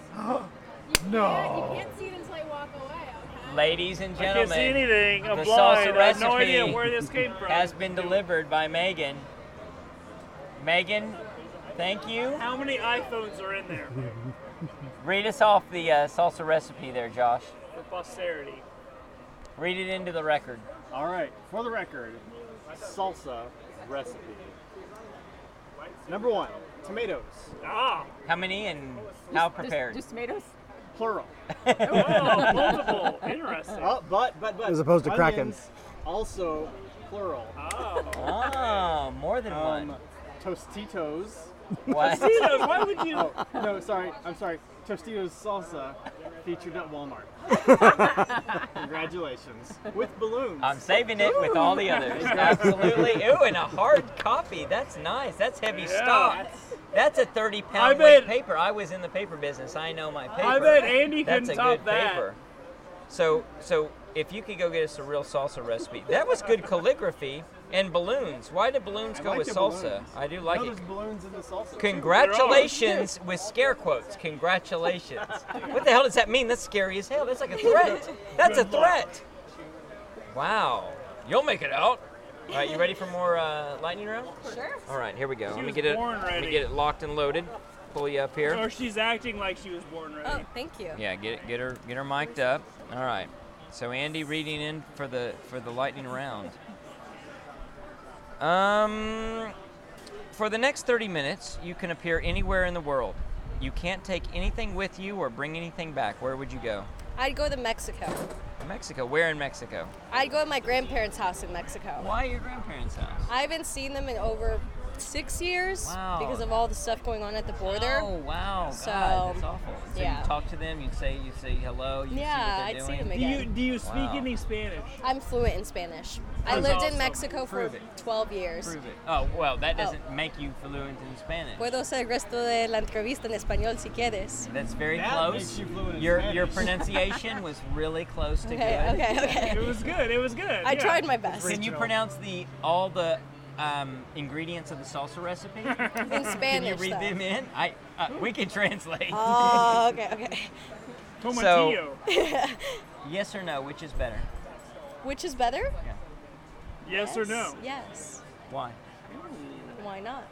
F: You
G: No.
F: Can't, you can't see it until I walk away. Okay.
A: Ladies and
C: I can't
A: gentlemen,
C: see anything. I'm
A: the
C: blind.
A: salsa
C: I have no
A: recipe
C: idea where this came from.
A: has been delivered by Megan. Megan, thank you.
C: How many iPhones are in there
A: Read us off the uh, salsa recipe there, Josh.
C: for posterity?
A: Read it into the record.
G: All right, for the record, salsa recipe. Number one, tomatoes,
C: Ah,
A: How many and how prepared?
F: Just, just tomatoes.
G: plural.
C: oh, multiple. Interesting.
G: Oh, but but but
H: As opposed to Kraken.
G: onions, also plural.
A: Um,
C: Oh.
A: Oh, more than
G: Um,
A: one.
G: Tostitos.
A: What?
C: Tito's, why would you?
G: Oh no, sorry, I'm sorry. Tostitos salsa featured at Walmart. Congratulations. With balloons.
A: I'm saving it with all the others. Absolutely. Ooh, and a hard copy. That's nice. That's heavy
C: Yeah.
A: stock. That's a 30
C: I
A: pound weight
C: bet-
A: paper. I was in the paper business. I know my paper.
C: I bet Andy
A: That's a
C: couldn't top
A: good
C: that.
A: paper. So, so if you could go get us a real salsa recipe, that was good calligraphy and balloons. Why do balloons
G: I
A: go
G: like
A: with
G: the
A: salsa?
G: balloons.
A: I do like
G: no,
A: it.
G: there's balloons in the salsa.
A: Congratulations with scare quotes. Congratulations. What the hell does that mean? That's scary as hell. That's like a threat. That's a
C: Good luck.
A: threat. Wow. You'll make it out. All right, you ready for more uh, lightning round?
F: Sure.
A: All right, here we go. Let me
C: was
A: get it.
C: born
A: Let me
C: ready.
A: get it locked and loaded. Pull you up here.
C: Or she's acting like she was born ready.
B: Oh, thank you.
A: Yeah, get get her get her mic'd up. All right. So Andy reading in for the for the lightning round. Um, for the next 30 minutes, you can appear anywhere in the world. You can't take anything with you or bring anything back. Where would you go?
B: I'd go to Mexico.
A: Mexico. Where in Mexico?
B: I'd go to my grandparents' house in Mexico.
A: Why your grandparents' house?
B: I haven't seen them in over six years
A: Wow.
B: because of all the stuff going on at the border.
A: Oh wow, God,
B: So,
A: that's awful. So
B: yeah.
A: you talk to them, you say you say hello, you
B: Yeah,
A: see what
B: I'd
A: they're
B: see
A: doing.
B: them
C: Do you
B: again.
C: do you speak
A: Wow.
C: any Spanish?
B: I'm fluent in Spanish. I
C: That's
B: lived
C: awesome.
B: in Mexico for
A: Prove it.
B: 12 years.
A: Prove it. Oh well, that
B: Oh.
A: doesn't make you fluent in Spanish.
B: Puedo hacer el resto de la entrevista en español si quieres.
A: That's very
G: That
A: close.
G: makes you fluent in
A: your your
G: Spanish.
A: pronunciation was really close to
B: Okay,
A: good.
B: okay, okay.
C: It was good. It was good.
B: I tried my best.
A: Can you pronounce the all the um, ingredients of the salsa recipe? Can
B: In
A: you
B: Spanish.
A: read
B: though.
A: them in? I uh, we can translate.
B: Oh, okay, okay.
C: Tomatillo.
A: yes or no, which is better?
B: Which is better?
C: yes or no?
B: Yes.
A: Why?
B: Why not?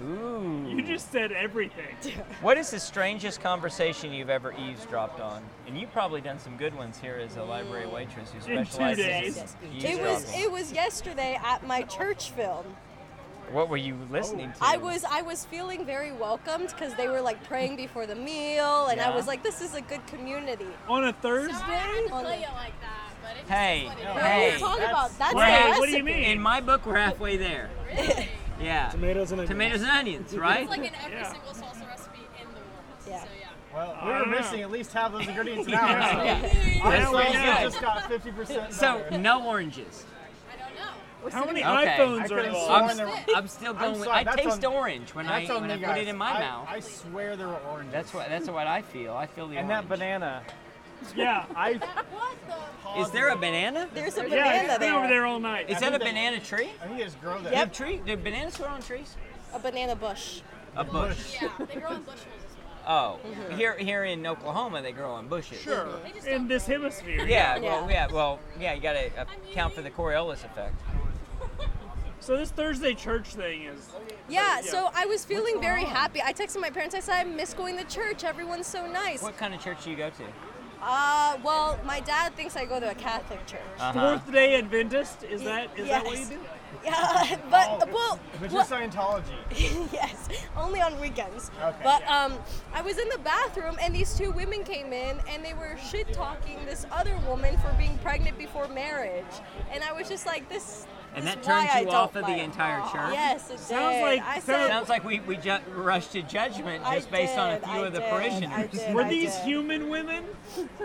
A: Ooh.
C: You just said everything.
A: What is the strangest conversation you've ever eavesdropped on? And you've probably done some good ones here as a library waitress who
C: two
A: specializes
C: days.
A: in
B: It was
A: eavesdropping.
B: it was yesterday at my church film.
A: What were you listening to?
B: I was I was feeling very welcomed because they were like praying before the meal, and
A: Yeah.
B: I was like, this is a good community.
C: On a Thursday.
D: I had to
B: on
D: play
B: the-
D: it like that, but it's
A: Hey,
D: just what it
B: What
D: is.
B: are
A: hey.
B: you talking about? That's the
A: Wait,
B: recipe.
C: what do you mean?
A: In my book, we're halfway there. Yeah.
H: Tomatoes and
A: Tomatoes and onions, right?
D: It's like in every
C: Yeah.
D: single salsa recipe in the world.
B: Yeah.
D: So yeah.
G: Well,
C: I
G: we're
C: don't know.
G: missing at least half those ingredients now. so Our
A: That's
C: what
G: salsa
C: we got.
G: just got 50%
A: So
G: better.
A: no oranges.
D: I don't know.
C: How many
A: Okay.
C: iPhones
G: I
C: are
G: could've
C: involved?
A: I'm,
G: sworn there were-
A: I'm still going. with,
G: Oh, sorry,
A: I
G: that's
A: taste
G: on-
A: orange when I
G: That's on
A: when I
G: you
A: put
G: guys.
A: it in my
G: I-
A: mouth.
G: I swear there were oranges.
A: that's what that's what I feel. I feel the
G: And that
A: orange.
G: banana.
C: Yeah.
G: I
D: What the?
A: Is there a banana?
B: There's a
C: Yeah,
B: banana
C: it's been
B: there.
C: over there all night.
A: Is
G: I
A: that a
G: think they-
A: banana tree?
G: I think they just grow that.
A: Yep. Tree? Do bananas grow on trees?
B: A banana bush.
A: A bush.
D: Yeah, they grow in bushels as well.
A: Oh,
G: Mm-hmm.
A: here here in Oklahoma they grow on bushes.
C: Sure.
D: They just
C: In
D: don't
C: this
D: grow.
C: hemisphere.
A: Yeah,
B: Yeah.
A: well, yeah, well, yeah. You gotta uh, count for the Coriolis effect.
C: So this Thursday church thing is
B: Yeah, so I was feeling very happy. I texted my parents. I said, I miss going to church. Everyone's so nice.
A: What kind of church do you go to?
B: Uh, well, my dad thinks I go to a Catholic church.
A: Uh-huh.
C: Fourth Day Adventist. Is that is that what you
B: Yes.
C: do?
B: Yeah, but,
G: Oh,
B: well,
G: Which
B: well-
G: is Scientology.
B: yes, only on weekends.
G: Okay.
B: But um, I was in the bathroom and these two women came in and they were shit talking this other woman for being pregnant before marriage, and I was just like, this.
A: And
B: this
A: that
B: is why
A: turned
B: I
A: you
B: don't
A: off of the
B: like-
A: entire church.
B: Yes, it
C: Sounds
B: did.
C: like-
B: I
C: sounds-
B: said,
A: Sounds like we we ju- rushed to judgment
B: I
A: just based on a
B: did,
A: few
B: I
A: of the
B: did, I
A: parishioners.
B: did,
C: Were
B: I
C: these
B: did.
C: human women?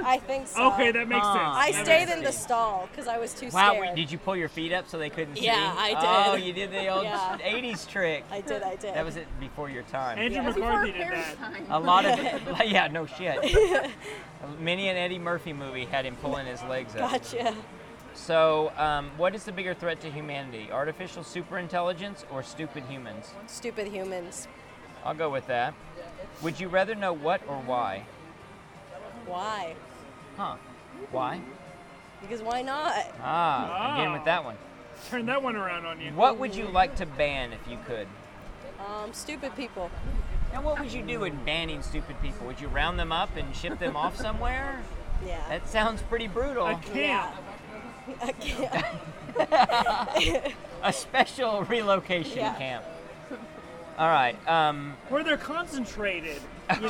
B: I think so.
C: Okay, that makes
A: Ah.
B: I
C: sense. That
B: stayed
C: makes
B: in the
C: sense.
B: stall because I was too
A: Wow,
B: scared.
A: did you pull your feet up so they couldn't see?
B: Yeah, I
A: Oh,
B: did.
A: you did the old
B: Yeah.
A: 80s trick.
B: I did, I did.
A: That was it before your time.
C: Andrew
B: Yeah.
F: Before
C: McCarthy did
F: parents'
C: that.
F: time.
A: a lot of, yeah, no shit. Many an Eddie Murphy movie had him pulling his legs up.
B: Gotcha.
A: So, um, what is the bigger threat to humanity? Artificial superintelligence or stupid humans?
B: Stupid humans.
A: I'll go with that. Would you rather know what or why?
B: Why?
A: Huh? Why?
B: Because why not?
A: Ah, again with that one.
C: Turn that one around on you.
A: What would you like to ban if you could?
B: Um, stupid people.
A: Now, what would you do in banning stupid people? Would you round them up and ship them off somewhere?
B: Yeah.
A: That sounds pretty
C: A
A: brutal.
C: camp.
B: I can't-
A: A special relocation
B: Yeah.
A: camp. All right. Um,
C: Where they're concentrated. You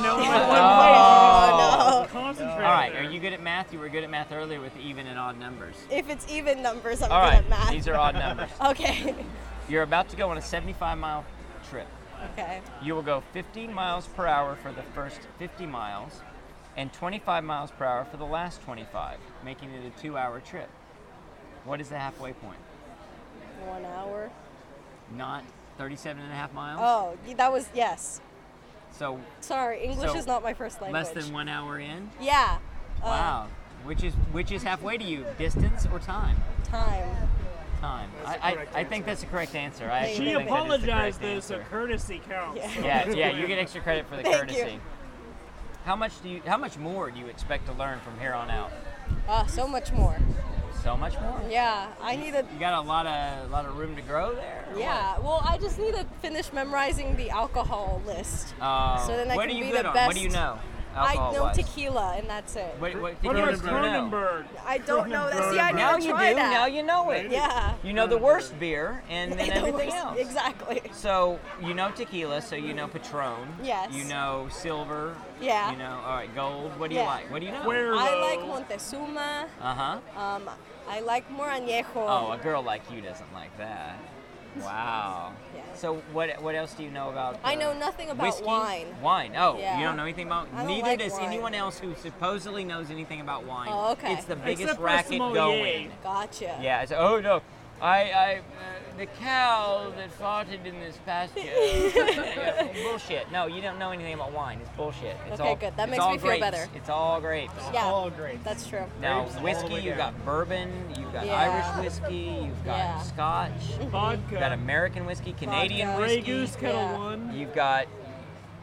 C: know, in like one
B: Oh,
C: place. Concentrated.
A: all right.
C: there.
A: Are you good at math? You were good at math earlier with even and odd numbers.
B: if it's even numbers, I'm
A: All
B: good
A: right.
B: at math.
A: These are odd numbers.
B: Okay.
A: You're about to go on a 75 mile trip.
B: Okay.
A: You will go 15 miles per hour for the first 50 miles and 25 miles per hour for the last 25, making it a two hour trip. What is the halfway point?
B: One hour.
A: Not 37 and a half miles?
B: Oh, y- that was yes.
A: So
B: Sorry, English
A: So,
B: is not my first language.
A: less than one hour in?
B: Yeah. Uh,
A: Wow. Which is which is halfway to you, distance or time?
B: Time.
A: Time. I, I, I think that's the correct answer. I actually
C: She
A: think that is the correct
C: apologized though, so
A: answer.
C: courtesy counts.
B: Yeah.
A: Yeah, yeah, you get extra credit for the
B: Thank you.
A: courtesy. How much do you how much more do you expect to learn from here on out?
B: Ah, so much more.
A: So much more.
B: Yeah, I need a.
A: You got a lot of lot of room to grow there. or
B: Yeah. Well, I just need to finish memorizing the alcohol list.
A: what? Uh,
B: So then I
A: what
B: can
A: are you
B: be
A: good
B: the
A: on? What do you
B: best-
A: know?
B: I
A: Alcohol
B: know
A: wise.
B: tequila, and that's it.
A: What, what,
C: What
A: tequila do
C: about
A: you know?
C: Cronenberg?
B: I don't know that. See, I
A: Now
B: never
A: you do.
B: tried that.
A: Now you know it.
B: Yeah.
A: You know the worst beer and then
B: It
A: everything
B: was-
A: else.
B: Exactly.
A: So you know tequila, so you know Patron.
B: Yes.
A: You know silver.
B: Yeah.
A: You know, all right, gold. What do you
B: Yeah.
A: like? What do you know?
C: Where
B: I like Montezuma.
A: Uh huh.
B: Um, I like more añejo.
A: Oh, a girl like you doesn't like that. Wow.
B: Yeah.
A: So what what else do you know about?
B: I know
A: uh,
B: nothing about
A: whiskey?
B: wine.
A: Wine. Oh,
B: Yeah.
A: you don't know anything about.
B: I don't
A: Neither
B: like
A: does
B: wine.
A: anyone else who supposedly knows anything about wine.
B: Oh, okay.
A: It's the biggest
C: Except for
A: racket
C: sommelier.
A: going.
B: Gotcha.
A: Yeah. It's, oh no, I I uh, the cow that farted in this pasture. Yeah, bullshit. No, you don't know anything about wine. It's bullshit. It's
B: Okay,
A: all,
B: good. That
A: it's
B: makes
A: all
B: me feel
A: grapes.
B: better.
A: It's all grapes.
B: Yeah,
A: Oh.
G: All great.
B: That's true.
A: Now
G: Grapes all the
A: whiskey,
G: way
A: you've
G: down.
A: got bourbon, you've got
B: Yeah.
A: Irish whiskey, you've got
B: Yeah.
A: Scotch.
C: Vodka.
A: You've got American whiskey, Canadian
B: Vodka.
C: Grey
A: whiskey.
C: Goose Kettle
B: Yeah.
C: One.
A: You've got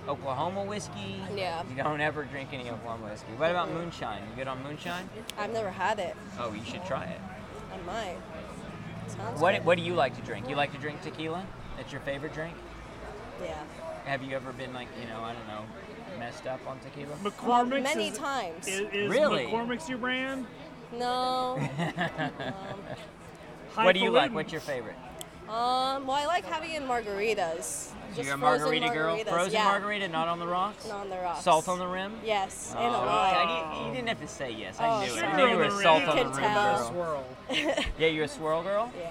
A: Oklahoma whiskey.
B: Yeah.
A: You don't ever drink any Oklahoma whiskey. What about moonshine? You good on moonshine?
B: I've never had it.
A: Oh, you should try it.
B: I might. Sounds
A: What
B: good.
A: What do you like to drink? You like to drink tequila? That's your favorite drink?
B: Yeah.
A: Have you ever been like, you know, I don't know, messed up on tequila?
C: McCormick's
B: Many
C: is,
B: times.
C: Is, is
A: Really?
C: McCormick's your brand?
B: no.
A: What do you like?
C: Highfalutin.
A: What's your favorite?
B: Um. Well, I like having in margaritas. Just
A: So you're a
B: frozen
A: margarita girl.
B: margaritas.
A: Frozen
B: yeah.
A: margarita, not on the rocks.
B: Not on the rocks.
A: Salt on the rim.
B: Yes,
A: Oh,
B: and a lime.
A: I didn't, you didn't have to say yes. I
B: Oh,
A: knew it.
B: sorry.
A: I knew you were a salt
C: You
A: on the
B: can
A: rim
B: tell.
A: girl. Yeah, you're a swirl girl.
B: Yeah.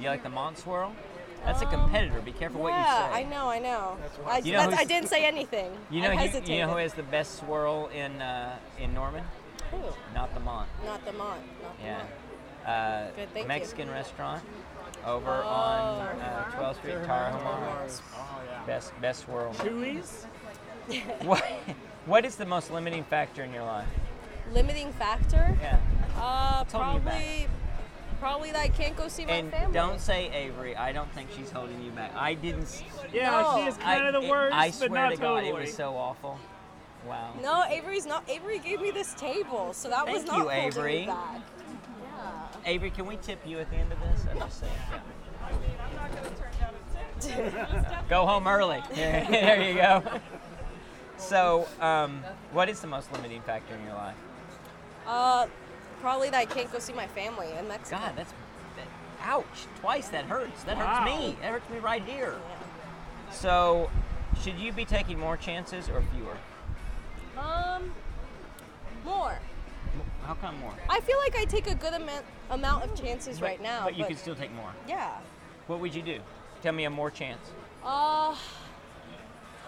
A: You like the Mont Swirl? That's a competitor. Be careful what you
B: yeah, I
A: say.
B: know, I know. I,
A: You know
B: that's- I
A: who's-
B: didn't say anything.
A: You know,
B: I
A: who-
B: hesitated.
A: you know who has the best swirl in uh, in Norman?
B: Who?
A: Not the Mont.
B: Not the Mont. Not the
A: Yeah.
B: Mont.
A: Uh,
B: Good, thank you. Oh.
A: Mexican restaurant over on uh, 12th Street, Tarahumara.
G: Oh, yeah.
A: Best best swirl.
C: Chewy's?
A: What what is the most limiting factor in your life?
B: Limiting factor?
A: Yeah.
B: Uh,
A: Tell me about
B: probably Probably like can't go see my
A: And
B: family.
A: don't say Avery. I don't think she's holding you back. I didn't. s-
C: Yeah,
B: No,
C: she is
A: I-
C: kind of the
A: it-
C: worst,
A: I
C: but
A: swear
C: not
A: to God,
C: totally.
A: it was so awful. Wow.
B: No, Avery's not. Avery gave me this table, so that was
A: Thank
B: not
A: you,
B: holding me
A: Avery.
B: back.
A: Avery, can we tip you at the end of this? I'm just saying. go home early. there you go. So, um, what is the most limiting factor in your life?
B: Uh, probably that I can't go see my family in Mexico.
A: God, that's that, ouch! Twice that hurts. That
C: Wow.
A: hurts me. That hurts me right here. So, should you be taking more chances or fewer?
B: Um, more.
A: How come more?
B: I feel like I take a good amount amount of chances right now.
A: but you could still take more.
B: yeah.
A: What would you do? Tell me a more chance.
B: Uh,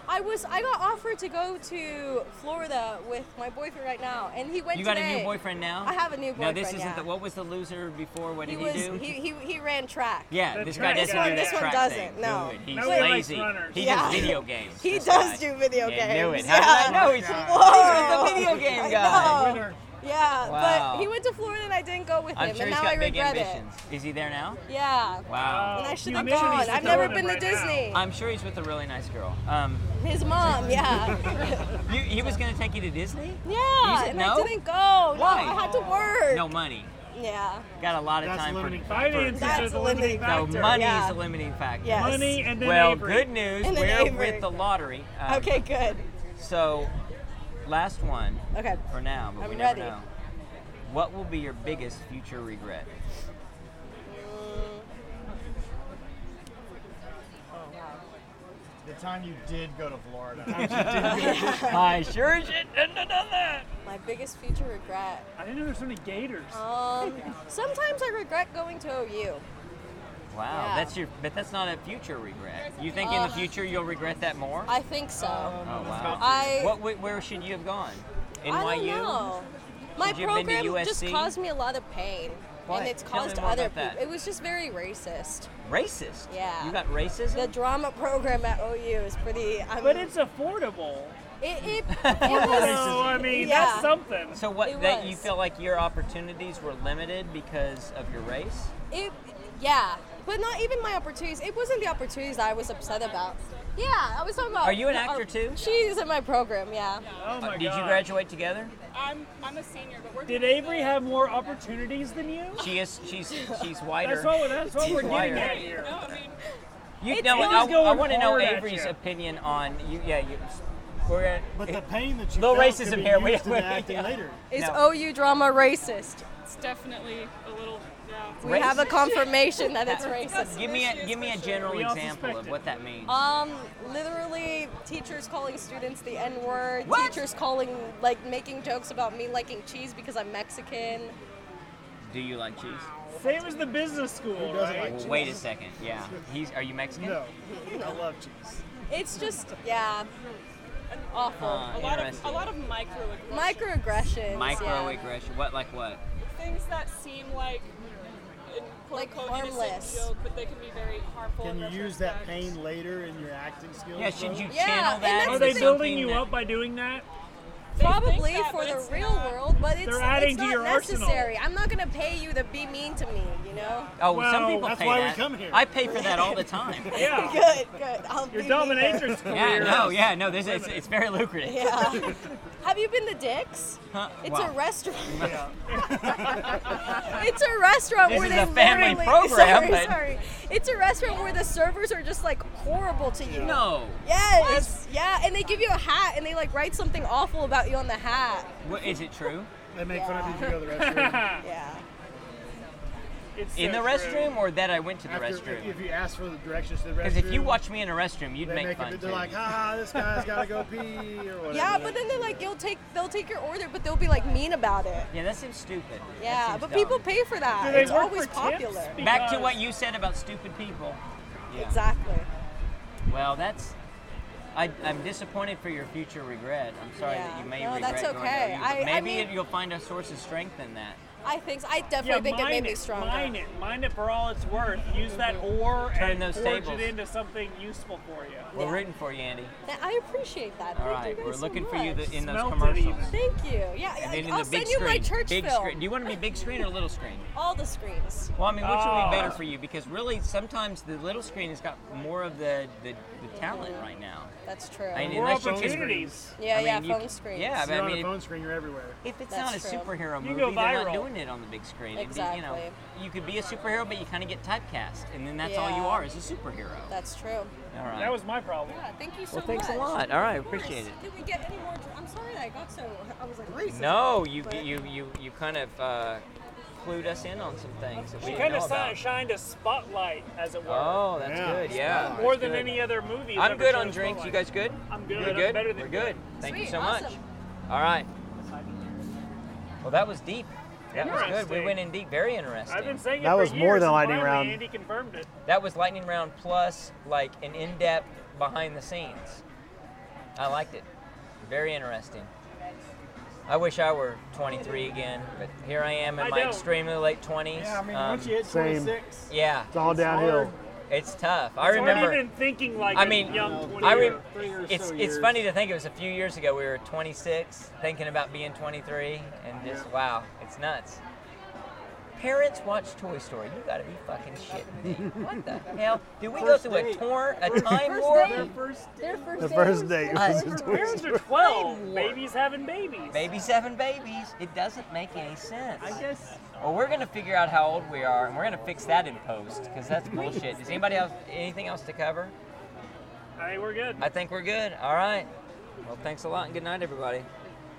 B: I was I got offered to go to Florida with my boyfriend right now, and he went.
A: You got a
B: today.
A: new boyfriend now?
B: I have a new
A: No, this
B: boyfriend,
A: isn't
B: yeah.
A: the. What was the loser before? What
B: He
A: did he,
B: was
A: do?
B: he, he, he ran track.
A: yeah,
C: The
A: this guy
C: track
A: doesn't
C: guy.
A: do
C: This
A: that
C: one
A: track
B: doesn't,
A: thing.
B: no.
A: Good. He's
C: No, he likes
A: lazy.
C: runners.
A: He
B: Yeah.
A: does video games.
B: He
A: this
B: does
A: guy.
B: do video
A: Yeah,
B: games.
A: knew it. How did I know he's,
B: Whoa.
A: he's the video game
B: I
A: guy?
B: know.
G: Winner.
B: Yeah,
A: Wow.
B: but he went to Florida and I didn't go with him,
A: I'm sure
B: and
A: he's
B: now
A: got
B: I
A: big
B: regret
A: ambitions. Is he there now?
B: it. Yeah,
A: Wow.
B: and I should
C: You
B: have
C: mentioned he's
B: gone.
C: the
B: I've never
C: donor
B: been to
C: right now.
B: Disney.
A: I'm sure he's with a really nice girl. Um,
B: His mom, yeah,
A: you, he was going to take you to Disney? You
B: yeah,
A: said
B: and
A: no?
B: I didn't go. No,
A: Why?
B: I had to work.
A: No money.
B: Yeah,
A: Got a lot of
G: That's
A: time for,
G: limiting factor.
C: Finances
B: That's
C: are the
B: a
C: limiting
B: limiting
A: No,
C: factor.
A: money
B: yeah.
A: is the limiting factor.
B: yes.
C: Money and then
A: Well,
C: Avery.
A: good news.
B: And then
A: We're
B: Avery.
A: with the lottery. Um,
B: Okay, good.
A: So, last one
B: Okay.
A: for now, but we
B: I'm
A: never
B: ready.
A: know. What will be your biggest future regret?
G: The time you did go to Florida.
A: I sure shouldn't have done that.
B: My biggest future regret.
C: I didn't know there's so many gators.
B: Um, sometimes I regret going to OU.
A: Wow,
B: Yeah. Uh,
A: that's your. But that's not a future regret. You think in the future you'll regret that more?
B: I think so.
A: oh wow.
B: I
A: What? wh- Where should you have gone? NYU.
B: I don't know. My
A: Should you have been to
B: program just
A: USC?
B: caused me a lot of pain,
A: Why?
B: and it's
A: Tell me
B: caused
A: more
B: other
A: about that.
B: people. It was just very racist.
A: Racist.
B: Yeah.
A: You got racism.
B: The drama program at OU is pretty. I mean,
C: But it's affordable.
B: it, it, it
C: So,
B: was,
C: I mean,
B: Yeah.
C: that's something.
A: so what?
B: It
A: That you
B: was.
A: feel like your opportunities were limited because of your race?
C: Oh
B: it, yeah. But not even my opportunities. It wasn't the opportunities that I was upset about. Yeah, I was talking about.
A: Are you an
B: the-
A: actor too?
B: She's in my program. Yeah.
C: Oh my
A: Uh,
C: god.
A: Did you graduate together?
D: I'm, I'm a senior, but we're
C: Did Avery have more opportunities than you?
A: She is. She's. She's whiter.
C: That's what, that's what we're
A: Wire.
C: getting at here.
D: No, I mean,
A: You
B: It's
A: know,
B: always
A: I, I
C: going
A: want to know
C: hard at
A: Avery's
C: you.
A: opinion on you. Yeah, you. We're at,
G: But the pain that you
A: Little
G: felt
A: racism
G: could be
A: here. We-
G: used in
A: we-
G: acting
A: yeah.
G: later.
B: Is
A: No.
B: OU drama racist?
D: it's definitely a little, yeah.
B: We have a confirmation that it's racist.
A: give me a give me a general
C: We all
A: example of
C: suspected.
A: what that means.
B: Um, literally, teachers calling students the N word.
A: What?
B: Teachers calling, like, making jokes about me liking cheese because I'm Mexican.
A: Do you like cheese?
C: Same as the business school,
G: doesn't
C: right?
G: like
A: Well, wait a second. Yeah, he's. Are you Mexican?
G: No, I love cheese.
B: It's just, yeah, awful.
A: Huh,
D: A lot of,
A: interesting.
D: a lot of micro
B: Microaggressions. yeah.
A: microaggression. What like what?
D: things that seem like in quote
B: Like
D: unquote
B: harmless.
D: innocent joke, but they can be very harmful.
G: Can
D: in
G: you use that
D: retrospect.
G: pain later in your acting skills?
A: Yeah, should
G: though?
A: you
B: Yeah,
A: channel that?
B: and that's
C: Are
A: into
C: they building
A: something
C: you
A: that-
C: up by doing that?
D: They think
B: Probably
D: that,
B: for
D: but
B: the
D: it's
B: real
D: not.
B: world, but it's,
C: They're adding
B: it's
C: to
B: not
C: your arsenal.
B: necessary. I'm not gonna pay you to be mean to me, you know?
A: Oh, some
C: Well,
A: people
G: that's
A: pay
G: why we
A: that.
G: come here.
A: I pay for that all the time.
C: Yeah.
B: Good, good. I'll
C: Your
B: be meaner.
C: dominatrix career.
A: yeah, no, yeah, no. This it's, it's very lucrative.
B: Yeah. Have you been to Dick's?
A: Huh,
B: It's
A: wow.
B: a restaurant. it's a restaurant
A: This
B: where
A: is
B: they
A: a family
B: literally,
A: program,
B: Sorry,
A: but-
B: sorry. It's a restaurant where the servers are just like horrible to you.
A: No.
B: Yes. Yeah, and they give you a hat and they like write something awful about you on the hat.
A: What, is it true?
G: They make fun of you if you go to the restroom.
B: Yeah.
C: It's
A: In the
C: so
A: restroom,
C: true.
A: or that I went to the
G: After, if,
A: restroom?
G: if you ask for the directions to the restroom,
A: Because if you watch me in a restroom, you'd
G: they
A: make,
G: make
A: fun.
G: it, they're
A: too.
G: like, ah, this guy's gotta go pee or whatever.
B: Yeah, but then they like you'll take they'll take your order, but they'll be like mean about it.
A: yeah, that seems stupid. That
B: Yeah,
A: seems
B: but
A: dumb.
B: people pay for that.
C: Do they
B: it's
C: work
B: always
C: for tips?
B: popular.
C: Because-
A: Back to what you said about stupid people. Yeah.
B: Exactly.
A: Well, that's. I, I'm disappointed for your future regret. I'm sorry that
B: Yeah.
A: you may
B: No,
A: regret
B: that's
A: going to
B: okay.
A: OU, but
B: I- I
A: maybe
B: mean-
A: you'll find a source of strength in that.
B: I think so. I definitely
C: Yeah,
B: think it
C: mine
B: made me stronger. Mm-hmm.
C: Mine it. Mine it for all it's worth. Use that ore
A: Turn
C: and
A: those
C: forge
A: tables.
C: it into something useful for you.
A: We're rooting for you, Andy.
B: Th- I appreciate that.
A: All
B: Thank
A: right,
B: you
A: we're
B: guys so
A: looking for you
B: much.
A: the, in those
C: Smelt it
A: commercials.
C: even.
B: Thank you. Yeah,
A: And
B: I,
A: then in
B: I'll
A: the big
B: send you
A: screen,
B: my church
A: big
B: film.
A: screen. Do you want to be big screen or little screen?
B: All the screens.
A: Well, I mean, which would
C: Oh.
A: be better
G: Ah.
A: for you? Because really, sometimes the little screen has got more of the the, the talent right now.
B: That's true.
A: I mean,
C: More
A: unless you can-
C: opportunities.
B: yeah,
A: I
B: yeah,
A: mean, you
B: phone
A: can-
B: screens.
A: Yeah, but
G: You're
A: I
G: on a
A: mean,
G: phone screen, you're everywhere.
A: if it's
B: That's
A: not a
B: true.
A: superhero
C: You
A: movie,
C: go
A: they're not
C: viral.
A: doing it on the big screen. It'd be, you, know,
B: Exactly.
A: you could be a superhero, but you kind of get typecast, and then that's all you
B: Yeah.
A: are is a superhero.
B: That's true.
A: all right.
C: That was my problem.
B: Yeah, thank you so
A: well, thanks
B: much.
A: a lot. All right,
B: Of course.
A: appreciate it.
B: Did we get any more? dr- I'm sorry that I got so. I was like, racist.
A: No, you
B: But-
A: you you you kind of uh, clued us in on some things that we
C: She
A: didn't
C: kind
A: know
C: of
A: about.
C: shined a spotlight, as it were.
A: Oh, that's
G: Yeah.
A: good. Yeah,
C: More
A: that's
C: than
A: good.
C: any other movie.
A: I'm good on drinks. You guys good?
C: I'm good.
A: You're
C: I'm
A: good.
C: better than
A: We're
C: good.
A: good. Thank you
B: Sweet,
A: so much.
B: awesome.
A: All right. Well, that was deep. That was good. We
C: Interesting.
A: went in deep. Very interesting.
C: I've been saying it
H: That
C: for
H: was more
C: years,
H: than
C: and
H: lightning
C: finally
H: round.
C: Andy confirmed it.
A: That was lightning round plus like an in-depth behind the scenes. I liked it. Very interesting. I wish I were 23 again, but here I am in
C: I
A: my
C: don't.
A: extremely late 20s.
G: Yeah, I mean,
A: Um,
G: once you hit
H: same.
G: 26,
A: yeah,
H: It's all downhill.
G: hard.
A: it's tough. I
C: It's hard
A: remember.
C: even thinking like
A: I
C: a
A: mean,
C: young 20
A: I
C: year-
A: re-
G: three or
A: it's it's
G: so years.
A: funny to think it was a few years ago. We were 26, thinking about being 23, and just wow, it's nuts. Parents watch Toy Story. You gotta be fucking shitting me. What the hell? Did we
G: First
A: go through a
G: date.
A: tour, a time
F: First
A: warp?
F: date.
G: first
F: Their first
H: The
F: date
H: first
F: was
H: date
A: Uh,
H: was a
A: it's
H: twist.
C: Parents are 12.
A: Lord.
C: Babies having babies.
A: Maybe seven babies. It doesn't make any sense.
G: I guess
A: Well, we're gonna figure out how old we are, and we're gonna fix that in post, because that's bullshit. Does anybody have anything else to cover?
C: Hey, we're good.
A: I think we're good. All right. Well, thanks a lot, and good night, everybody.